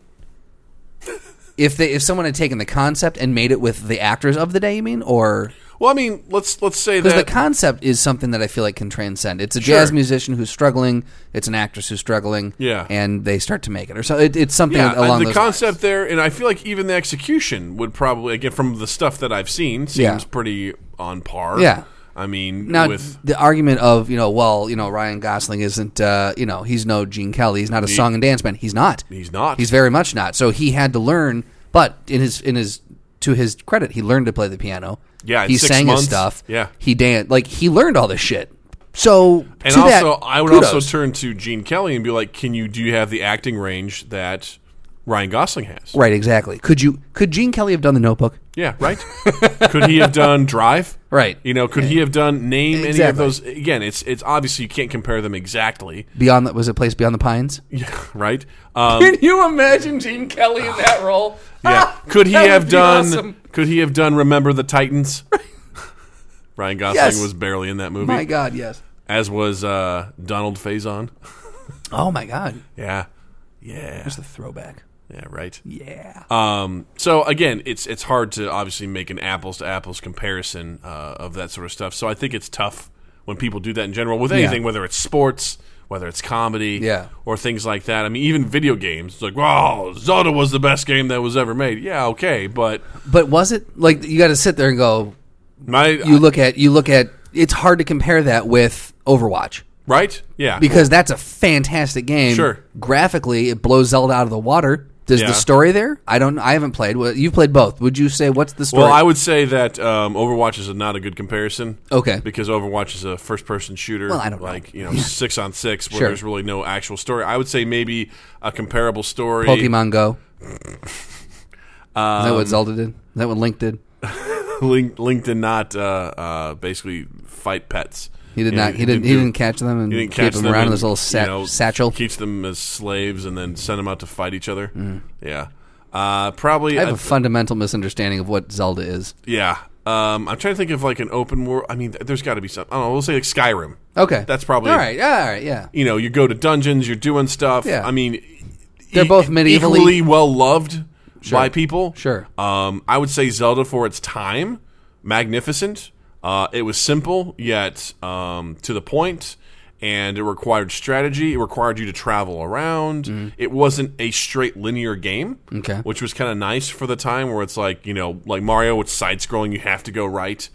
If they, if someone had taken the concept and made it with the actors of the day, you mean, or Well, I mean, let's let's say because that the concept is something that I feel like can transcend. It's a Uh, Sure. jazz musician who's struggling. It's an actress who's struggling. Yeah. and they start to make it, or so it, it's something yeah, uh, along the those concept there, and I feel like even the execution would probably again from the stuff that I've seen seems Yeah. pretty on par. Yeah. I mean, Now with the argument of you know, well, you know, Ryan Gosling isn't, uh, you know, he's no Gene Kelly. He's not a song and dance man. He's not. he's not. He's very much not. So he had to learn. But in his in his to his credit, he learned to play the piano. Yeah, in he six sang months. his stuff. Yeah. he danced. Like he learned all this shit. So and to also, that, I would kudos. also turn to Gene Kelly and be like, "Can you do you have the acting range that Ryan Gosling has?" right exactly. Could you could Gene Kelly have done the Notebook? Yeah, right. could he have done Drive? Right. You know, could he have done name any of Exactly. those? Again, it's it's obviously you can't compare them exactly. Beyond that was a place beyond the pines. Yeah, right. Um, Can you imagine Gene Kelly in that role? yeah. Could he That would have be done? awesome. Could he have done Remember the Titans? Ryan Gosling Yes. was barely in that movie, My God, yes. as was uh, Donald Faison. Oh my God, Yeah, yeah, the throwback. yeah, right. Yeah. Um, so again, it's it's hard to obviously make an apples to apples comparison uh, of that sort of stuff. So I think it's tough when people do that in general with anything, whether it's sports, whether it's comedy, Yeah. or things like that. I mean, even video games. It's like, oh, Zelda was the best game that was ever made. Yeah, okay, but But was it like you got to sit there and go? my You look at you look at. It's hard to compare that with Overwatch right, yeah, because that's a fantastic game. Sure. Graphically, it blows Zelda out of the water. Does Yeah. the story there? I don't. I haven't played. Well, you've played both. Would you say what's the story? Well, I would say that um, Overwatch is a, not a good comparison. Okay. Because Overwatch is a first-person shooter. Well, I don't know. like you know six on six, where Sure. there's really no actual story. I would say maybe a comparable story. Pokemon Go. Um, Is that what Zelda did? Is that what Link did? Link, Link did not uh, uh, basically fight pets. He did You know, not. He didn't. He do- didn't catch them and he didn't keep catch them them around in and, his little sa- you know, satchel. Keeps them as slaves and then send them out to fight each other. Yeah. Uh, probably. Mm. I have I- a fundamental misunderstanding of what Zelda is. yeah. Um, I'm trying to think of like an open world. I mean, th- there's got to be some. I don't know. We'll say like Skyrim. Okay, That's probably all right. All right, yeah. you know, you go to dungeons, you're doing stuff. Yeah. I mean, e- They're both medievally- equally well loved by people. Sure. Um, I would say Zelda for its time, magnificent. Uh, it was simple yet um, to the point, and it required strategy. It required you to travel around. It wasn't a straight linear game, Mm-hmm. Okay. which was kind of nice for the time, where it's like you know, like Mario, it's side scrolling. You have to go right,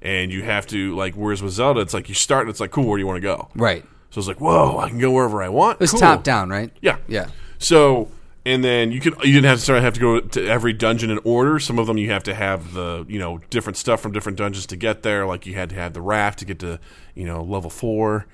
and you have to like. Whereas with Zelda, it's like you start and it's like, cool, where do you want to go? Right. So it's like, whoa, I can go wherever I want. It was Cool. top down, right? Yeah, Yeah. So and then you could you didn't have to start have to go to every dungeon in order. Some of them you have to have the you know different stuff from different dungeons to get there. Like you had to have the raft to get to you know level four,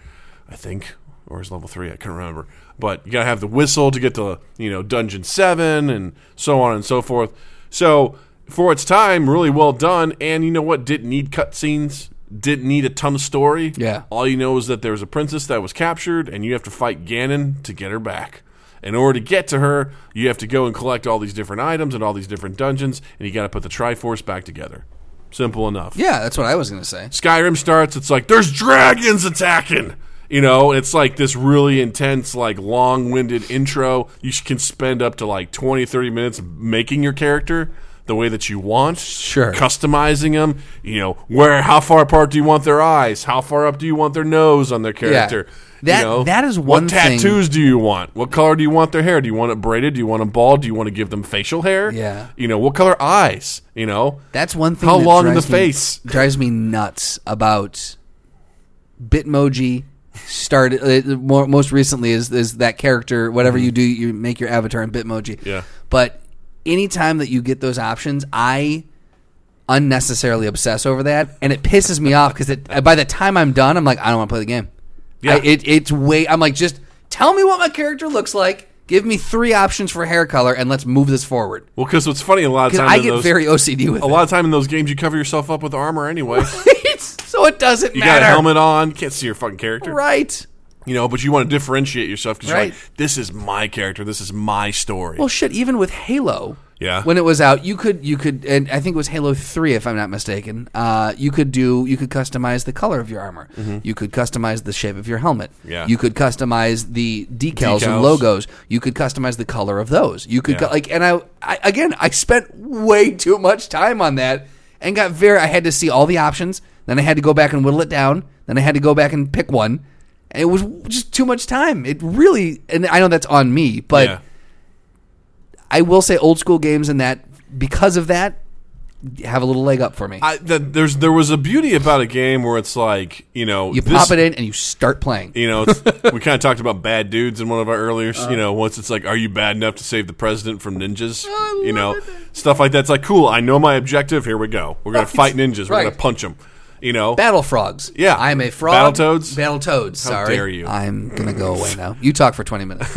I think, or is level three? I can't remember. But you gotta have the whistle to get to you know dungeon seven and so on and so forth. So for its time, really well done. And you know what? Didn't need cutscenes. Didn't need a ton of story. Yeah. All you know is that there was a princess that was captured, and you have to fight Ganon to get her back. In order to get to her, you have to go and collect all these different items and all these different dungeons, and you got to put the Triforce back together. Simple enough. Yeah, that's what I was going to say. Skyrim starts, it's like, there's dragons attacking! You know, it's like this really intense, like long winded intro. You sh- can spend up to like 20, 30 minutes making your character the way that you want. Sure. Customizing them. You know, where, how far apart do you want their eyes? How far up do you want their nose on their character? That- you know, that is one What thing- tattoos do you want? What color do you want their hair? Do you want it braided? Do you want them bald? Do you want to give them facial hair? Yeah. You know, what color eyes? You know? That's one thing. How that long in drives the me- face? drives me nuts about Bitmoji. Started uh, more, most recently is is that character. Whatever you do, you make your avatar in Bitmoji. Mm-hmm. Yeah. But anytime that you get those options, I unnecessarily obsess over that, and it pisses me off because by the time I'm done, I'm like, I don't want to play the game. Yeah. I, it, it's way. I'm like, just tell me what my character looks like. Give me three options for hair color, and let's move this forward. Well, because what's funny, a lot of Because times I in get those, very OCD with a it. lot of time in those games you cover yourself up with armor anyway. so it doesn't You matter. got a helmet on, can't see your fucking character, Right. you know. But you want to differentiate yourself because Right. you're like, this is my character, this is my story. Well, shit. Even with Halo, Yeah. when it was out, you could you could, and I think it was Halo Three, if I'm not mistaken. Uh, you could do you could customize the color of your armor. You could customize the shape of your helmet. Mm-hmm. Yeah. You could customize the decals, Decals. and logos. You could customize the color of those. You could Yeah. cu- like, and I, I again, I spent way too much time on that. And got very. I had to see all the options. Then I had to go back and whittle it down. Then I had to go back and pick one. And it was just too much time. It really. And I know that's on me, but yeah. I will say old school games and that because of that have a little leg up for me. I, that, there's there was a beauty about a game where it's like you know you this- pop it in and you start playing. You know, it's, we kind of talked about bad dudes in one of our earlier. Uh-huh. you know, once it's like, are you bad enough to save the president from ninjas? you know, stuff like that. It's like, cool. I know my objective. Here we go. We're gonna fight ninjas. We're gonna Right. punch them. You know, Battle frogs. Yeah. I'm a frog. Battletoads? Battletoads. Sorry. dare you. I'm gonna go away now. You talk for twenty minutes.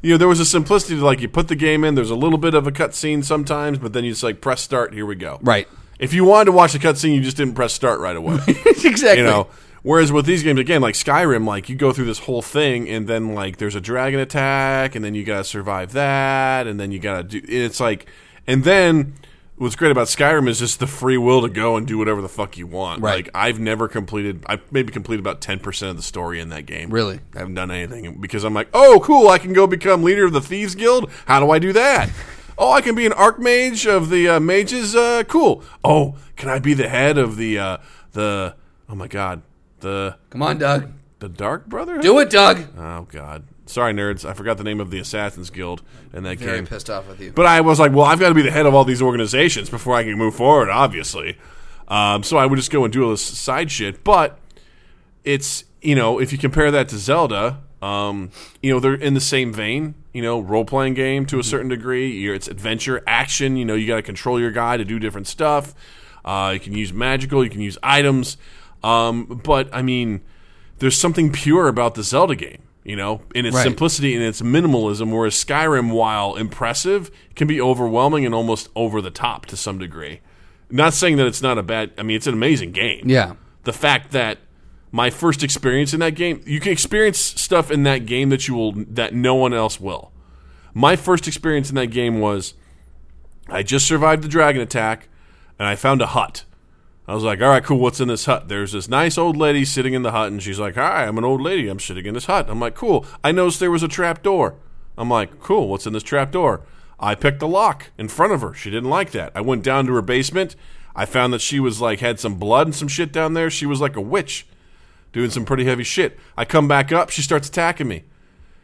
you know, there was a simplicity to like you put the game in. There's a little bit of a cutscene sometimes, but then you just like press start. Here we go. Right. If you wanted to watch the cutscene, you just didn't press start right away. exactly. you know. Whereas with these games, again, like Skyrim, like you go through this whole thing, and then like there's a dragon attack, and then you gotta survive that, and then you gotta do. and It's like, and then what's great about Skyrim is just the free will to go and do whatever the fuck you want. Right. Like I've never completed. I've maybe completed about ten percent of the story in that game. Really? I haven't done anything because I'm like, oh, cool, I can go become leader of the Thieves Guild. How do I do that? Oh, I can be an archmage of the uh, mages. Uh, cool. Oh, can I be the head of the uh, the? Oh my God, the Come on, Doug. the Dark Brotherhood. Do it, Doug. Oh God, sorry nerds, I forgot the name of the Assassins Guild in that Very game. pissed off with you. But I was like, well, I've got to be the head of all these organizations before I can move forward, obviously. Um, so I would just go and do all this side shit. But it's, you know, if you compare that to Zelda, um, you know, they're in the same vein, you know, role playing game to a certain degree. You're, it's adventure, action, you know, you got to control your guy to do different stuff. Uh, you can use magical, you can use items. Um, but, I mean, there's something pure about the Zelda game, you know, in its Right. simplicity simplicity and its minimalism, whereas Skyrim, while impressive, can be overwhelming and almost over the top to some degree. Not saying that it's not a bad. I mean, it's an amazing game. Yeah. The fact that my first experience in that game, you can experience stuff in that game that you will that no one else will. My first experience in that game was I just survived the dragon attack and I found a hut. I was like, all right, cool. What's in this hut? There's this nice old lady sitting in the hut, and she's like, hi, I'm an old lady. I'm sitting in this hut. I'm like, cool. I noticed there was a trap door. I'm like, cool, what's in this trap door? I picked the lock in front of her. She didn't like that. I went down to her basement. I found that she was like had some blood and some shit down there. She was like a witch doing some pretty heavy shit. I come back up, she starts attacking me.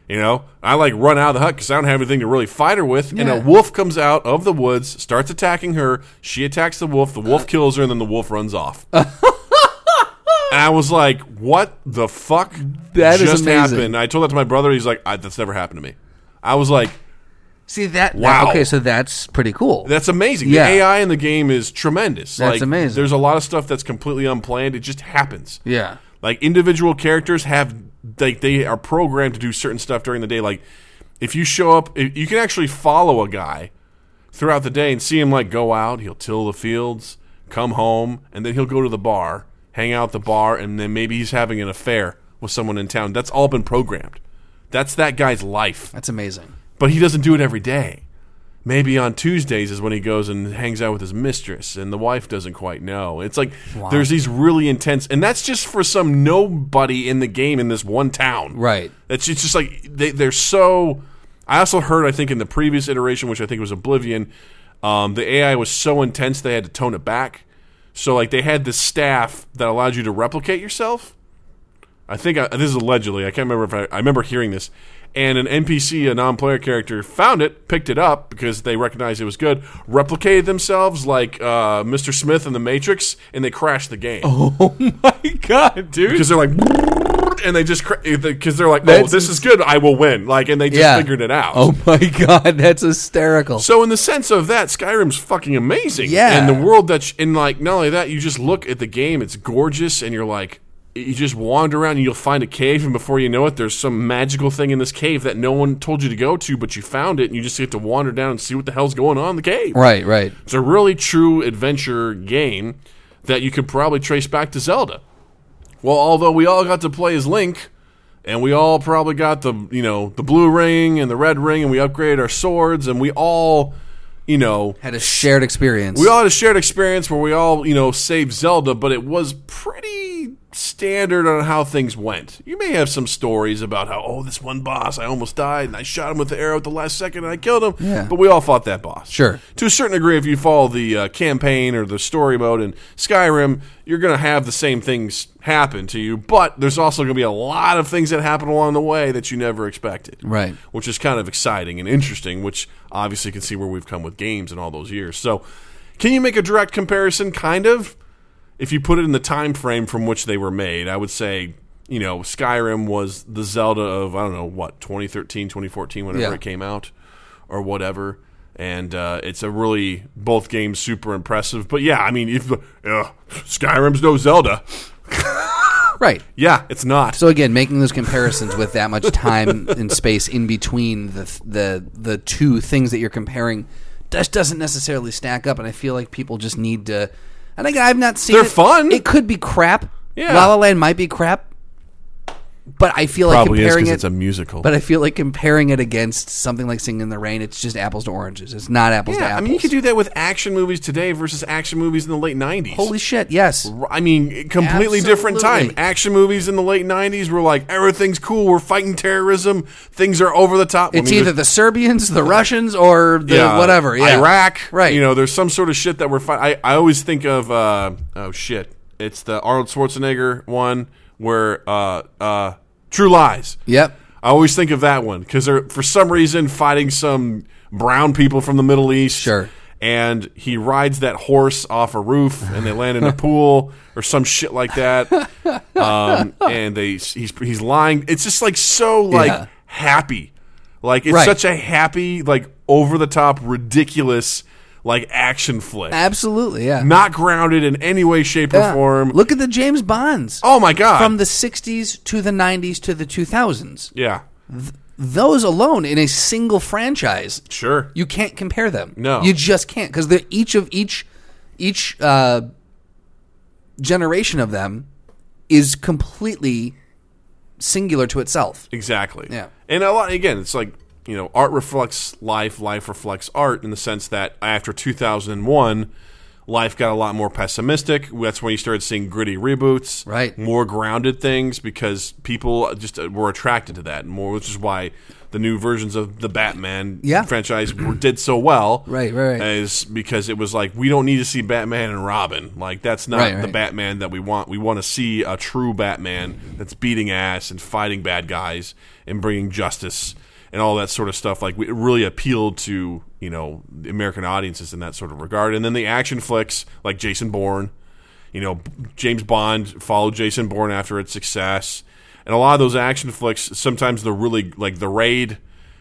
You know, I like run out of the hut because I don't have anything to really fight her with. And Yeah. a wolf comes out of the woods, starts attacking her. She attacks the wolf. The Uh. wolf kills her, and then the wolf runs off. and I was like, "What the fuck? That is just amazing. happened?" I told that to my brother. He's like, I, "That's never happened to me." I was like, See that? Wow. okay, so that's pretty cool. "That's amazing." Yeah. The AI in the game is tremendous. That's like, amazing. There's a lot of stuff that's completely unplanned. It just happens. yeah. Like individual characters have like they are programmed to do certain stuff during the day. Like if you show up, i- you can actually follow a guy throughout the day and see him like go out. He'll till the fields, come home, and then he'll go to the bar, hang out at the bar, and then maybe he's having an affair with someone in town. That's all been programmed. That's that guy's life That's amazing. but he doesn't do it every day. Maybe on Tuesdays is when he goes and hangs out with his mistress, and the wife doesn't quite know. It's like there's these really intense, and that's just for some nobody in the game in this one town. Right. It's, it's just like they, they're so. I also heard, I think, in the previous iteration, which I think was Oblivion, um, the AI was so intense they had to tone it back. So, like, they had this staff that allowed you to replicate yourself. I think I, this is allegedly. I can't remember if I, I remember hearing this. And an NPC, a non-player character, found it, picked it up because they recognized it was good, replicated themselves like uh, Mr. Smith in the Matrix, and they crashed the game My God, dude. because they're like, and they just because they're like, oh, That's this is good, I will win. Like, and they just Yeah. figured it out. Oh my God, that's hysterical. So in the sense of that, Skyrim's fucking amazing. Yeah. And the world that's in like not only that, you just look at the game, it's gorgeous, and you're like you just wander around and you'll find a cave, and before you know it, there's some magical thing in this cave that no one told you to go to, but you found it and you just get to wander down and see what the hell's going on in the cave. right, right. It's a really true adventure game that you could probably trace back to Zelda. Well, although we all got to play as Link, and we all probably got the you know the blue ring and the red ring, and we upgraded our swords, and we all you know Had a shared experience. we all had a shared experience where we all you know saved Zelda, but it was pretty standard on how things went. You may have some stories about how oh this one boss I almost died and I shot him with the arrow at the last second and I killed him, Yeah. but we all fought that boss Sure. to a certain degree, if you follow the uh, campaign or the story mode in Skyrim, you're going to have the same things happen to you, but there's also going to be a lot of things that happen along the way that you never expected. Right. Which is kind of exciting and interesting, which obviously you can see where we've come with games in all those years. So, can you make a direct comparison kind of if you put it in the time frame from which they were made? I would say you know, Skyrim was the Zelda of I don't know what 2013, 2014, whenever Yeah. it came out, or whatever. And uh, it's a really both games super impressive. But yeah, I mean, if uh, Skyrim's no Zelda, right. yeah, it's not. So again, making those comparisons with that much time and space in between the th- the the two things that you're comparing just doesn't necessarily stack up, and I feel like people just need to. And again, I've not seen. They're it. fun. It could be crap. Yeah. La La Land might be crap, but I feel like Probably is comparing because it. it's a musical. but I feel like comparing it against something like Singing in the Rain, it's just apples to oranges. It's not apples to yeah, apples. I mean, you could do that with action movies today versus action movies in the late '90s. Holy shit! Yes. I mean, completely different time. Absolutely. Action movies in the late '90s were like everything's cool. We're fighting terrorism. Things are over the top. I It's mean, either the Serbians, the Russians, or the whatever. Yeah. Iraq, Right. You know, there's some sort of shit that we're. Fi- I I always think of uh, oh shit, it's the Arnold Schwarzenegger one where uh, uh, True Lies. Yep. I always think of that one because they're for some reason fighting some brown people from the Middle East. Sure. And he rides that horse off a roof, and they land in a pool or some shit like that. Um, and they he's he's lying. It's just like so like Yeah. happy, like it's Right. such a happy like over the top ridiculous like action flick, Absolutely. Yeah. not grounded in any way, shape, or Yeah. form. Look at the James Bonds. oh my god! From the 60s to the 90s to the 2000s. yeah, Those alone in a single franchise, sure. you can't compare them. No. You just can't cuz they're each of each each uh, generation of them is completely singular to itself. Exactly. Yeah. And a lot again, it's like you know, art reflects life, life reflects art in the sense that after 2001, Life got a lot more pessimistic. That's when you started seeing gritty reboots, Right. More grounded things because people just uh, were attracted to that more, which is why the new versions of the Batman Yeah. franchise were, did so well, Right, right, right. Is because it was like we don't need to see Batman and Robin. Like that's not Right, the right. Batman that we want. We want to see a true Batman that's beating ass and fighting bad guys and bringing justice and all that sort of stuff. Like we, it really appealed to you know the American audiences in that sort of regard. And then the action flicks like Jason Bourne, you know James Bond followed Jason Bourne after its success, and a lot of those action flicks sometimes they're really like the raid.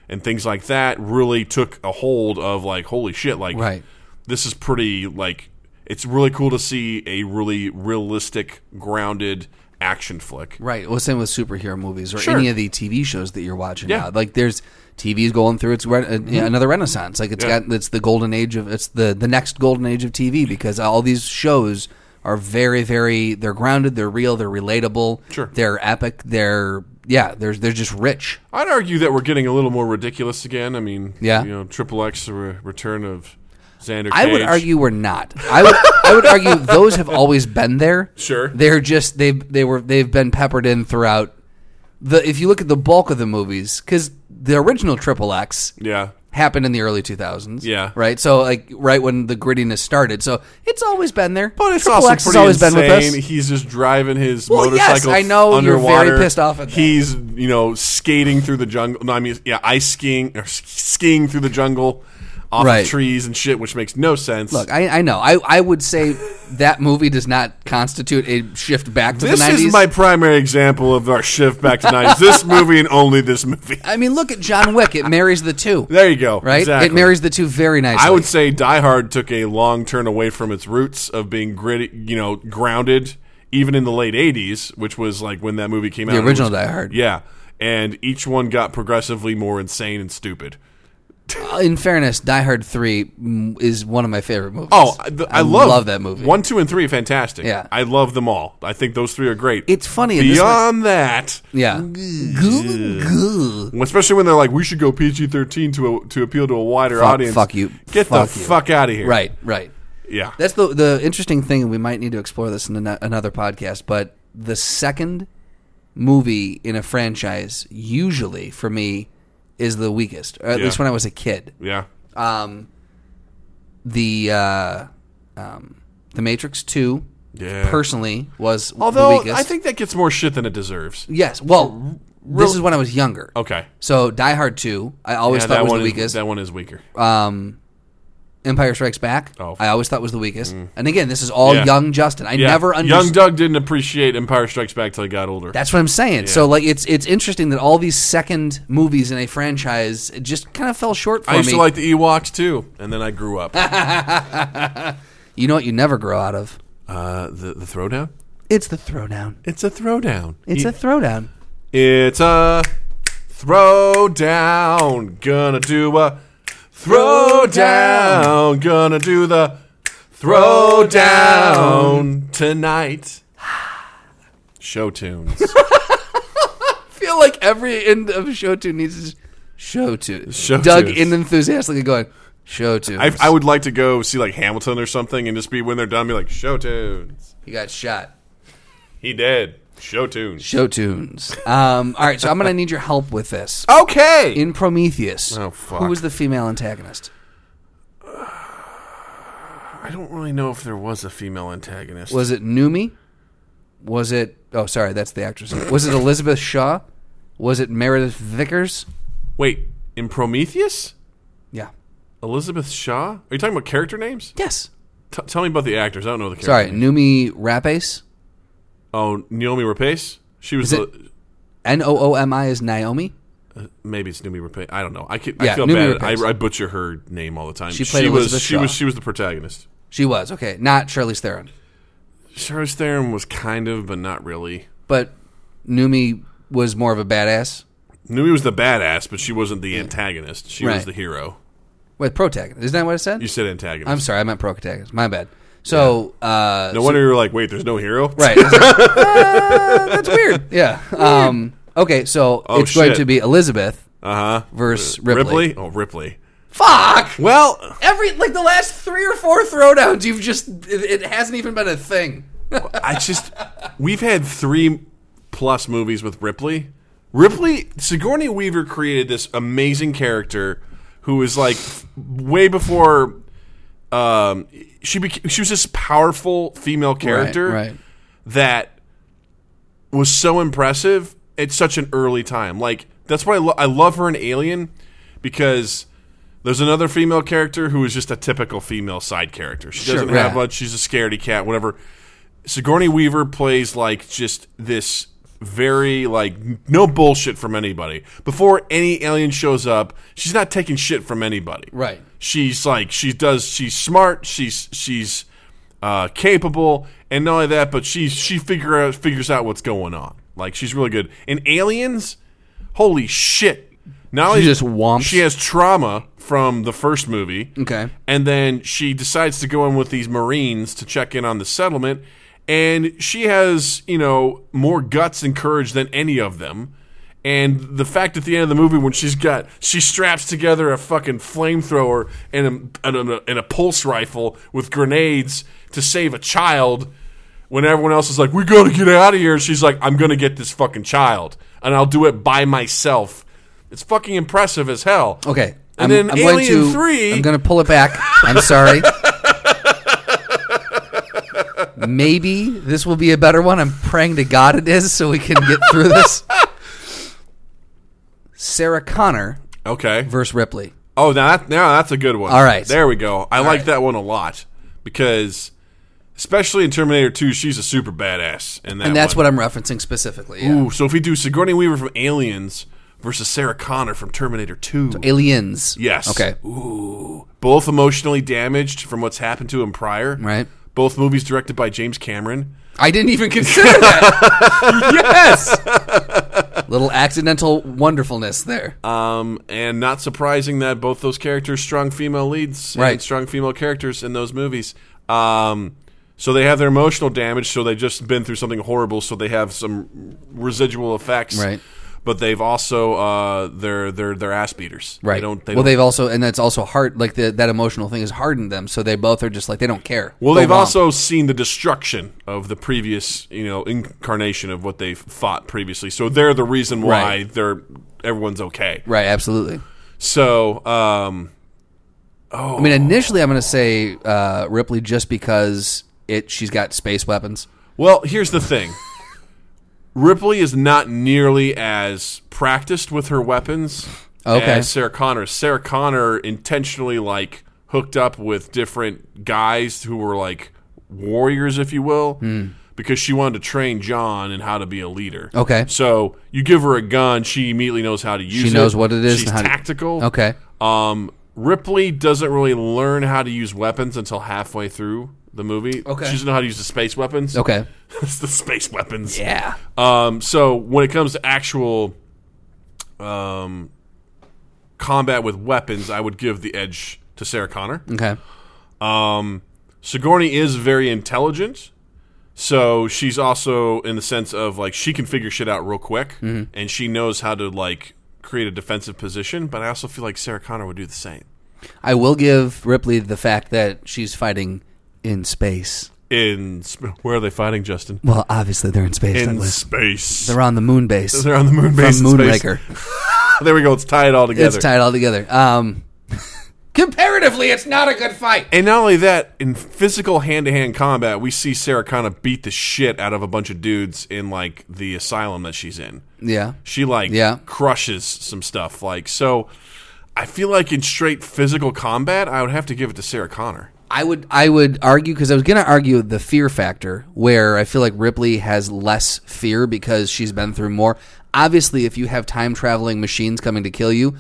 And things like that really took a hold of like holy shit like Right. this is pretty like it's really cool to see a really realistic, grounded action flick. Right. Well, same with superhero movies or Sure. any of the TV shows that you're watching Yeah. Mm-hmm. now. Like there's TV's going through its re- uh, yeah, another renaissance. Like it's Yeah. got it's the golden age of it's the the next golden age of TV because all these shows are very very they're grounded, they're real, they're relatable, Sure. they're epic, they're yeah, they're they're just rich. I'd argue that we're getting a little more ridiculous again. I mean, Yeah. you know, Triple X, the re- return of Xander. I would Cage. argue we're not. I would, I would argue those have always been there. Sure. they're just they have they were they've been peppered in throughout. The if you look at the bulk of the movies, because the original Triple X Yeah, happened in the early 2000s. Yeah. right. So like right when the grittiness started, so it's always been there. but it's Triple also X has pretty always insane. been with us. He's just driving his Well, yes, motorcycle. I know you're very underwater. pissed off at that. He's you know skating through the jungle. No, I mean yeah, ice skiing or s- skiing through the jungle, off of Right. trees and shit, which makes no sense. Look, I, I know. I, I would say that movie does not constitute a shift back to This the 90s. is my primary example of our shift back to 90s. this movie and only this movie. I mean, look at John Wick. It marries the two. There you go. Right? Exactly. It marries the two very nicely. I would say Die Hard took a long turn away from its roots of being gritty, you know, grounded, even in the late 80s, which was like when that movie came out. the It original was- Die Hard. Yeah. And each one got progressively more insane and stupid. in fairness, Die Hard Three mm, is one of my favorite movies. Oh, I, th- I love, that movie. One, two, and three, fantastic. Yeah. I love them all. I think those three are great. It's funny in this way- Beyond that, yeah, Goo, goo. especially when they're like, "We should go PG thirteen to a, to appeal to a wider Fuck- audience." fuck you. Get Fuck the you. fuck out of here. right, right. Yeah. That's the the interesting thing. We might need to explore this in ano- another podcast. But the second movie in a franchise, usually for me, is the weakest. Or at Yeah. least when I was a kid. yeah. Um, the uh, um, the Matrix Two, Yeah. personally, was the Although weakest. I think that gets more shit than it deserves. yes. Well, this is when I was younger. Okay. So Die Hard Two, I always Yeah, thought was one the is- weakest. that one is weaker. um, Empire Strikes Back, Oh. Mm. I always thought was the weakest. And again, this is all Yeah. young Justin. I Yeah. never Young understood. Doug didn't appreciate Empire Strikes Back till he got older. That's what I'm saying. So like, it's it's interesting that all these second movies in a franchise just kind of fell short for I used me. to like the Ewoks too, and then I grew up. you know what? You never grow out of. uh, the the throwdown. It's the throwdown. It's a throwdown. It's E- a throwdown. It's a throwdown. Gonna do a throwdown. Gonna do the throwdown tonight. Show tunes. I feel like every end of show two needs to just- show two. Show Doug twos. in enthusiastically going show two. I, I would like to go see like Hamilton or something and just be when they're done, be like, show tunes. He got shot. He did. Show tunes. Show tunes. Um, all right, so I'm going to need your help with this. Okay. In Prometheus, Oh, fuck. who was the female antagonist? I don't really know if there was a female antagonist. Was it Numi? Was it? Oh, sorry, that's the actress. Was it Elizabeth Shaw? Was it Meredith Vickers? Wait, in Prometheus? Yeah. Elizabeth Shaw? Are you talking about character names? Yes. T- tell me about the actors. I don't know the Sorry, characters. Numi Rapace. Oh, Naomi Rapace. She was Is the, it- N o o m i is Naomi. maybe it's Naomi Rapace. I don't know. I, can, I Yeah, feel Naomi bad. Rapace. I, I butcher her name all the time. She played was Elizabeth she was Shaw. she was the protagonist. She was okay, not Charlize Theron, Charlize Theron was kind of, but not really. but Numi was more of a badass. Naomi was the badass, but she wasn't the antagonist. She was Right. the hero. Wait, protagonist. Isn't that what I said? You said antagonist. I'm sorry, I meant protagonist. My bad. So, uh, No wonder you were like, wait, there's no hero. Right. It's like, uh, that's weird. Yeah. Um, okay, so it's going shit. to be Elizabeth Uh huh. versus Ripley. Oh, Ripley. Fuck. Well, Every like the last three or four throwdowns, you've just it, it hasn't even been a thing. I just we've had three plus movies with Ripley. Ripley Sigourney Weaver created this amazing character who is like way before um, she beca- she was this powerful female character right. that was so impressive at such an early time. Like that's why I, lo- I love her in Alien because there's another female character who is just a typical female side character. She Sure, doesn't yeah. have much. She's a scaredy cat, whatever. Sigourney Weaver plays like just this very like no bullshit from anybody. Before any alien shows up, she's not taking shit from anybody. Right. She's like she does. She's smart. She's she's uh, capable, and not only that, but she she figure out, figures out what's going on. Like she's really good. And aliens, holy shit! Not only just womps. She has trauma from the first movie. Okay. And then she decides to go in with these Marines to check in on the settlement. And she has, you know, more guts and courage than any of them. And the fact at the end of the movie when she's got, she straps together a fucking flamethrower and a, and a, and a pulse rifle with grenades to save a child when everyone else is like, we gotta get out of here. She's like, I'm gonna get this fucking child and I'll do it by myself. It's fucking impressive as hell. Okay. And then Alien 3 I'm going to pull it back. I'm sorry. Maybe this will be a better one. I'm praying to God it is so we can get through this. Sarah Connor Okay. versus Ripley. Oh, now, that, now that's a good one. All right. There we go. I like that one a lot because, especially in Terminator 2, she's a super badass. In that And that's one. what I'm referencing specifically. yeah. Ooh, so if we do Sigourney Weaver from Aliens versus Sarah Connor from Terminator 2. Aliens. Yes. Okay. Ooh. Both emotionally damaged from what's happened to him prior. Right. Both movies directed by James Cameron. I didn't even consider that. yes. Little accidental wonderfulness there. Um, and not surprising that both those characters strong female leads Right. and strong female characters in those movies. Um, so they have their emotional damage. So they've just been through something horrible. So they have some residual effects. Right. But they've also uh, they're they're they're ass beaters. Right. They don't, they well, don't- they've also, and that's also hard. Like the, that emotional thing has hardened them, so they both are just like they don't care. well Go they've wrong. also seen the destruction of the previous you know incarnation of what they've fought previously. So they're the reason why Right. they're everyone's okay. right, absolutely. So um, I Oh. mean, initially, I'm going to say uh, Ripley just because it she's got space weapons. Well, here's the thing. Ripley is not nearly as practiced with her weapons Okay. as Sarah Connor. Sarah Connor intentionally like hooked up with different guys who were like warriors, if you will, Hmm. because she wanted to train John in how to be a leader. Okay. So you give her a gun, she immediately knows how to use it. knows what it is She's and how to- tactical. Okay, Um, Ripley doesn't really learn how to use weapons until halfway through the movie. Okay. She doesn't know how to use the space weapons. okay, it's the space weapons. yeah, Um, so when it comes to actual um, combat with weapons, I would give the edge to Sarah Connor. okay, Sigourney is very intelligent, so she's also in the sense of like she can figure shit out real quick, Mm-hmm. and she knows how to like create a defensive position. But I also feel like Sarah Connor would do the same. I will give Ripley the fact that she's fighting in space. In sp- where are they fighting, Justin? Well, obviously they're in space. In Douglas. space. They're on the moon base. They're on the moon base. from in space. Moonraker. There we go. Let's tie it all together. It's tied all together. Um, comparatively, it's not a good fight. And not only that, in physical hand to hand combat, we see Sarah Connor beat the shit out of a bunch of dudes in like the asylum that she's in. Yeah, She like Yeah. crushes some stuff. Like so I feel like in straight physical combat, I would have to give it to Sarah Connor. I would I would argue because I was going to argue the fear factor where I feel like Ripley has less fear because she's been through more. Obviously, if you have time traveling machines coming to kill you,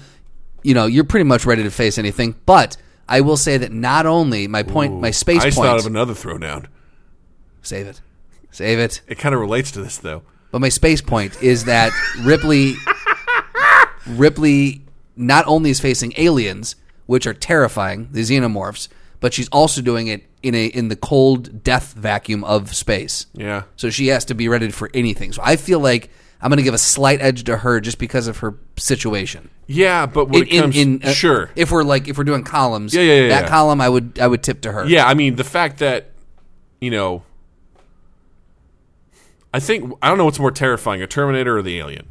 you know you're pretty much ready to face anything. But I will say that not only my point, my space I just point, thought of another throwdown. save it, save it. It kind of relates to this though. But my space point is that Ripley Ripley not only is facing aliens, which are terrifying, the xenomorphs, but she's also doing it in a in the cold death vacuum of space. Yeah. So she has to be ready for anything. So I feel like I'm going to give a slight edge to her just because of her situation. Yeah, but when it, comes uh, sure. If we're like if we're doing columns, yeah, yeah, that yeah. column I would I would tip to her. yeah, I mean the fact that you know I think I don't know what's more terrifying, a Terminator or the Alien.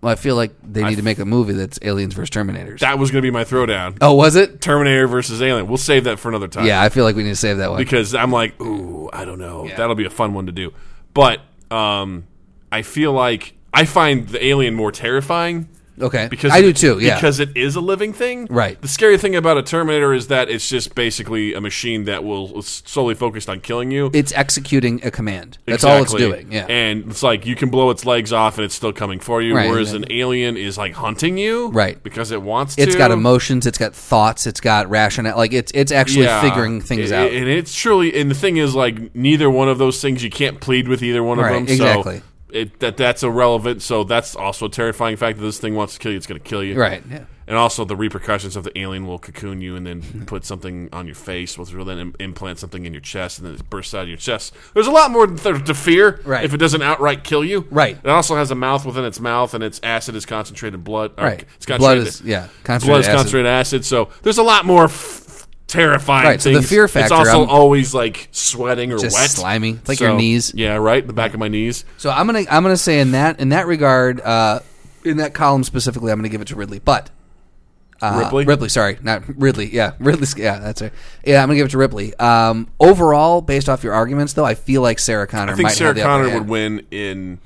Well, I feel like they need to make a movie that's aliens versus Terminators. That was going to be my throwdown. oh, was it? Terminator versus Alien. We'll save that for another time. Yeah, I feel like we need to save that one. because I'm like, ooh, I don't know. That'll be a fun one to do. But um, I feel like I find the alien more terrifying okay, because I do too. Yeah, because it is a living thing. Right. The scary thing about a Terminator is that it's just basically a machine that will is solely focused on killing you. it's executing a command. That's all it's Exactly. doing. Yeah, And it's like you can blow its legs off and it's still coming for you. Right. Whereas an alien is like hunting you. Right. Because it wants to. it's got emotions. It's got thoughts. It's got rationale. Like it's it's actually figuring things A- out. And it's truly, and the thing is, like neither one of those things you can't plead with either one Right, of them. exactly. So it, that that's irrelevant. So that's also a terrifying fact that this thing wants to kill you. It's going to kill you. right. Yeah. And also the repercussions of the alien will cocoon you and then put something on your face, which will then im- implant something in your chest, and then it bursts out of your chest. There's a lot more th- to fear Right. if it doesn't outright kill you. Right. It also has a mouth within its mouth, and its acid is concentrated blood. or Right. It's blood concentrated is yeah. blood Concentrated is acid. concentrated acid. So there's a lot more f- terrifying Right, so things. the fear factor, It's also I'm- always like sweating or Just wet, slimy. It's like your knees. Yeah, right. The back of my knees. So I'm gonna I'm gonna say in that in that regard, uh, in that column specifically, I'm gonna give it to Ridley. But uh, Ripley? Ripley, sorry, not Ridley. Yeah, Ridley. Yeah, that's it. Yeah, I'm gonna give it to Ripley. Um, overall, based off your arguments, though, I feel like Sarah Connor. I think might Sarah have the upper Connor hand. would win in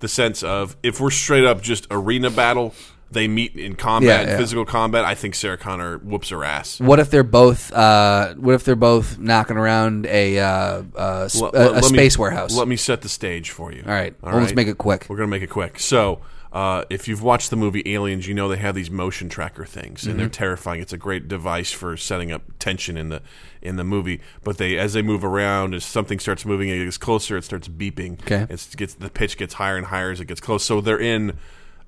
the sense of if we're straight up just arena battle, they meet in combat, Yeah, yeah. physical combat. I think Sarah Connor whoops her ass. What if they're both? Uh, what if they're both knocking around a uh, uh, sp- Let- a, a let me- space warehouse? Let me set the stage for you. All right. Well, let's make it quick. We're gonna make it quick. So. Uh, if you've watched the movie Aliens, you know they have these motion tracker things, and Mm-hmm. they're terrifying. It's a great device for setting up tension in the in the movie. But they, as they move around, as something starts moving, it gets closer. It starts beeping. Okay. it's gets the pitch gets higher and higher as it gets close. So they're in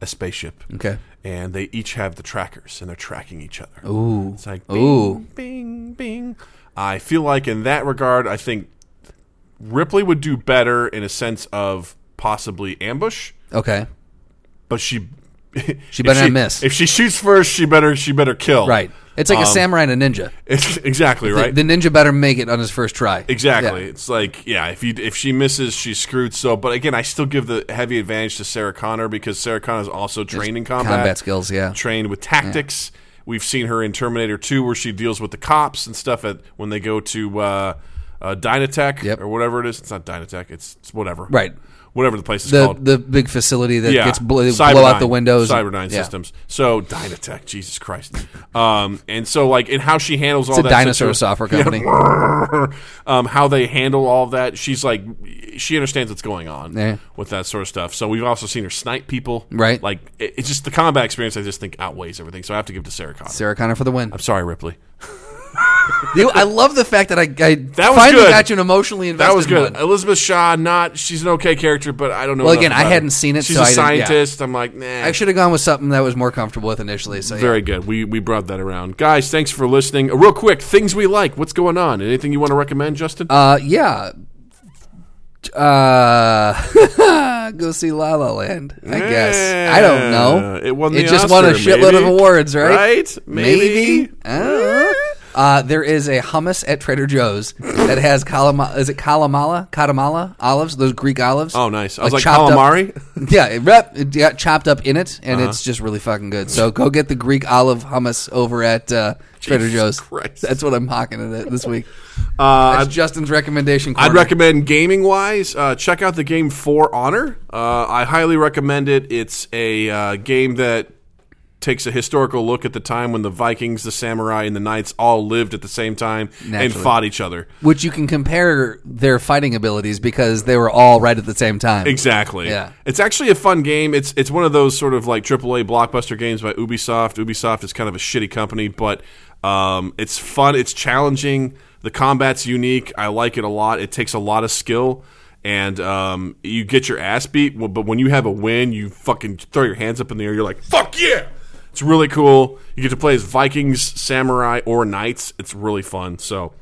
a spaceship. Okay. and they each have the trackers, and they're tracking each other. Ooh, it's like bing, Ooh. bing, bing. I feel like in that regard, I think Ripley would do better in a sense of possibly ambush, Okay. but she She if better not miss. If she shoots first, she better she better kill. Right. It's like a samurai and a ninja. It's, exactly Um, right. The ninja better make it on his first try. exactly. Yeah. It's like yeah, if you if she misses, she's screwed. So, but again, I still give the heavy advantage to Sarah Connor because Sarah Connor is also trained in combat, Combat skills. Yeah. trained with tactics. We've seen her in Terminator 2 where she deals with the cops and stuff at when they go to uh, uh, Dynatech Yep. or whatever it is. It's not Dynatech. It's, it's whatever. Right. Whatever the place is the called. the big facility that yeah. gets bl- they Cyber blow out Nine. the windows. Cyber 9 Yeah. systems. So Dynatech. Jesus Christ. Um, and so like and how she handles all It's a that dinosaur situation- software company. um, how they handle all that. She's like, she understands what's going on Yeah. with that sort of stuff. So we've also seen her snipe people, Right. Like it- it's just the combat experience. I just think outweighs everything. So I have to give it to Sarah Connor. Sarah Connor for the win. I'm sorry, Ripley. You- I love the fact that I, I was finally good. got you an emotionally invested That was good. one. Elizabeth Shaw, not she's an okay character, but I don't know. Well, enough again, I about her. hadn't seen it, She's so a I didn't- yeah. scientist. I'm like, nah. I should have gone with something that I was more comfortable with initially. So yeah. Very good. We we brought that around, guys. Thanks for listening. Uh, Real quick, things we like. What's going on? Anything you want to recommend, Justin? Uh, yeah. Uh, go see La La Land. I guess I don't know. Yeah, it won the just Oscar, won a shitload maybe. of awards, right? Right? Maybe. I don't know. Uh, there is a hummus at Trader Joe's that has kalama. Is it kalamala? Katamala olives? Those Greek olives? Oh, nice. I was like, chopped up- calamari. yeah, it, rep, it got chopped up in it, Uh-huh. and it's just really fucking good. So go get the Greek olive hummus over at uh, Trader Joe's. Christ. That's what I'm hocking it at this week. Uh, That's Justin's recommendation. I'd corner. recommend gaming wise, uh, check out the game For Honor. Uh, I highly recommend it. It's a uh, game that takes a historical look at the time when the Vikings, the samurai, and the knights all lived at the same time and Naturally. fought each other. which you can compare their fighting abilities because they were all right at the same time. Exactly. Yeah. It's actually a fun game. It's it's one of those sort of like AAA blockbuster games by Ubisoft. Ubisoft is kind of a shitty company, but um, it's fun. It's challenging. The combat's unique. I like it a lot. It takes a lot of skill, and um, you get your ass beat. But when you have a win, you fucking throw your hands up in the air. You're like, "Fuck yeah!" It's really cool. You get to play as Vikings, samurai, or knights. It's really fun. So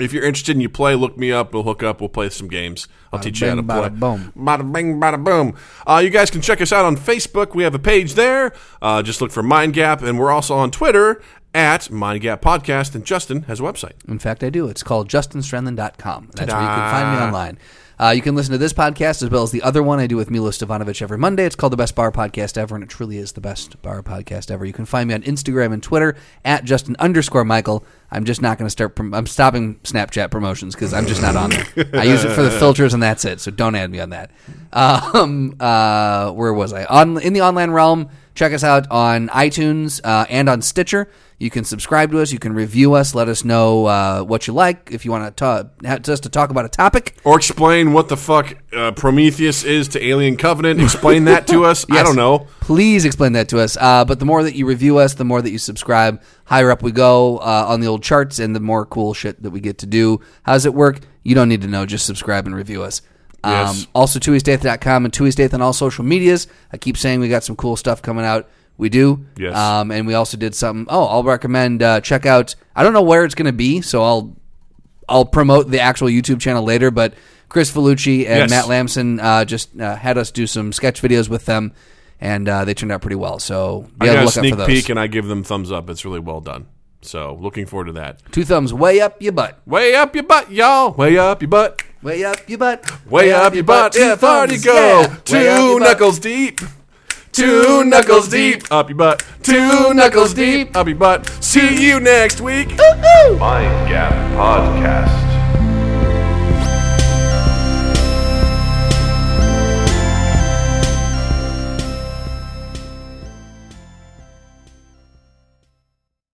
If you're interested and you play, look me up. We'll hook up. We'll play some games. I'll teach you how to bing, bada play. boom. Bada bing, bada boom. Uh, you guys can check us out on Facebook. We have a page there. Uh, just look for Mind Gap, and we're also on Twitter at Mind Gap Podcast. And Justin has a website. In fact, I do. It's called justinstrandlin.com. That's where you can find me online. Uh, you can listen to this podcast as well as the other one I do with Milo Stefanovic every Monday. It's called the Best Bar Podcast Ever, and it truly is the best bar podcast ever. You can find me on Instagram and Twitter at Justin underscore Michael. I'm just not going to start. Prom- I'm stopping Snapchat promotions because I'm just not on there. I use it for the filters, and that's it. So don't add me on that. Um, uh, where was I? On in the online realm. Check us out on iTunes uh, and on Stitcher. You can subscribe to us. You can review us. Let us know uh, what you like. If you want to ta- us to talk about a topic, Or explain what the fuck uh, Prometheus is to Alien Covenant. Explain that to us. I don't know. please explain that to us. Uh, but the more that you review us, the more that you subscribe, higher up we go uh, on the old charts, and the more cool shit that we get to do. How does it work? You don't need to know. Just subscribe and review us. Um, Yes. Also, tuisdaith.com and tuisdaith on all social medias. I keep saying we got some cool stuff coming out. We do. Yes. Um, and we also did something. Oh, I'll recommend uh, check out. I don't know where it's going to be, so I'll I'll promote the actual YouTube channel later. But Chris Vellucci and Yes. Matt Lamson uh, just uh, had us do some sketch videos with them, and uh, they turned out pretty well. So be on the I got a lookout for sneak those. peek, and I give them thumbs up. It's really well done. So looking forward to that. Two thumbs way up your butt, Way up your butt, y'all. Way up your butt. way up your butt, Way up your butt, Two yeah, far to thumbs, go. yeah. Way up Two your butt. knuckles deep. Two knuckles deep. Up your butt. Two knuckles deep. Up your butt. See you next week. Mind Gap.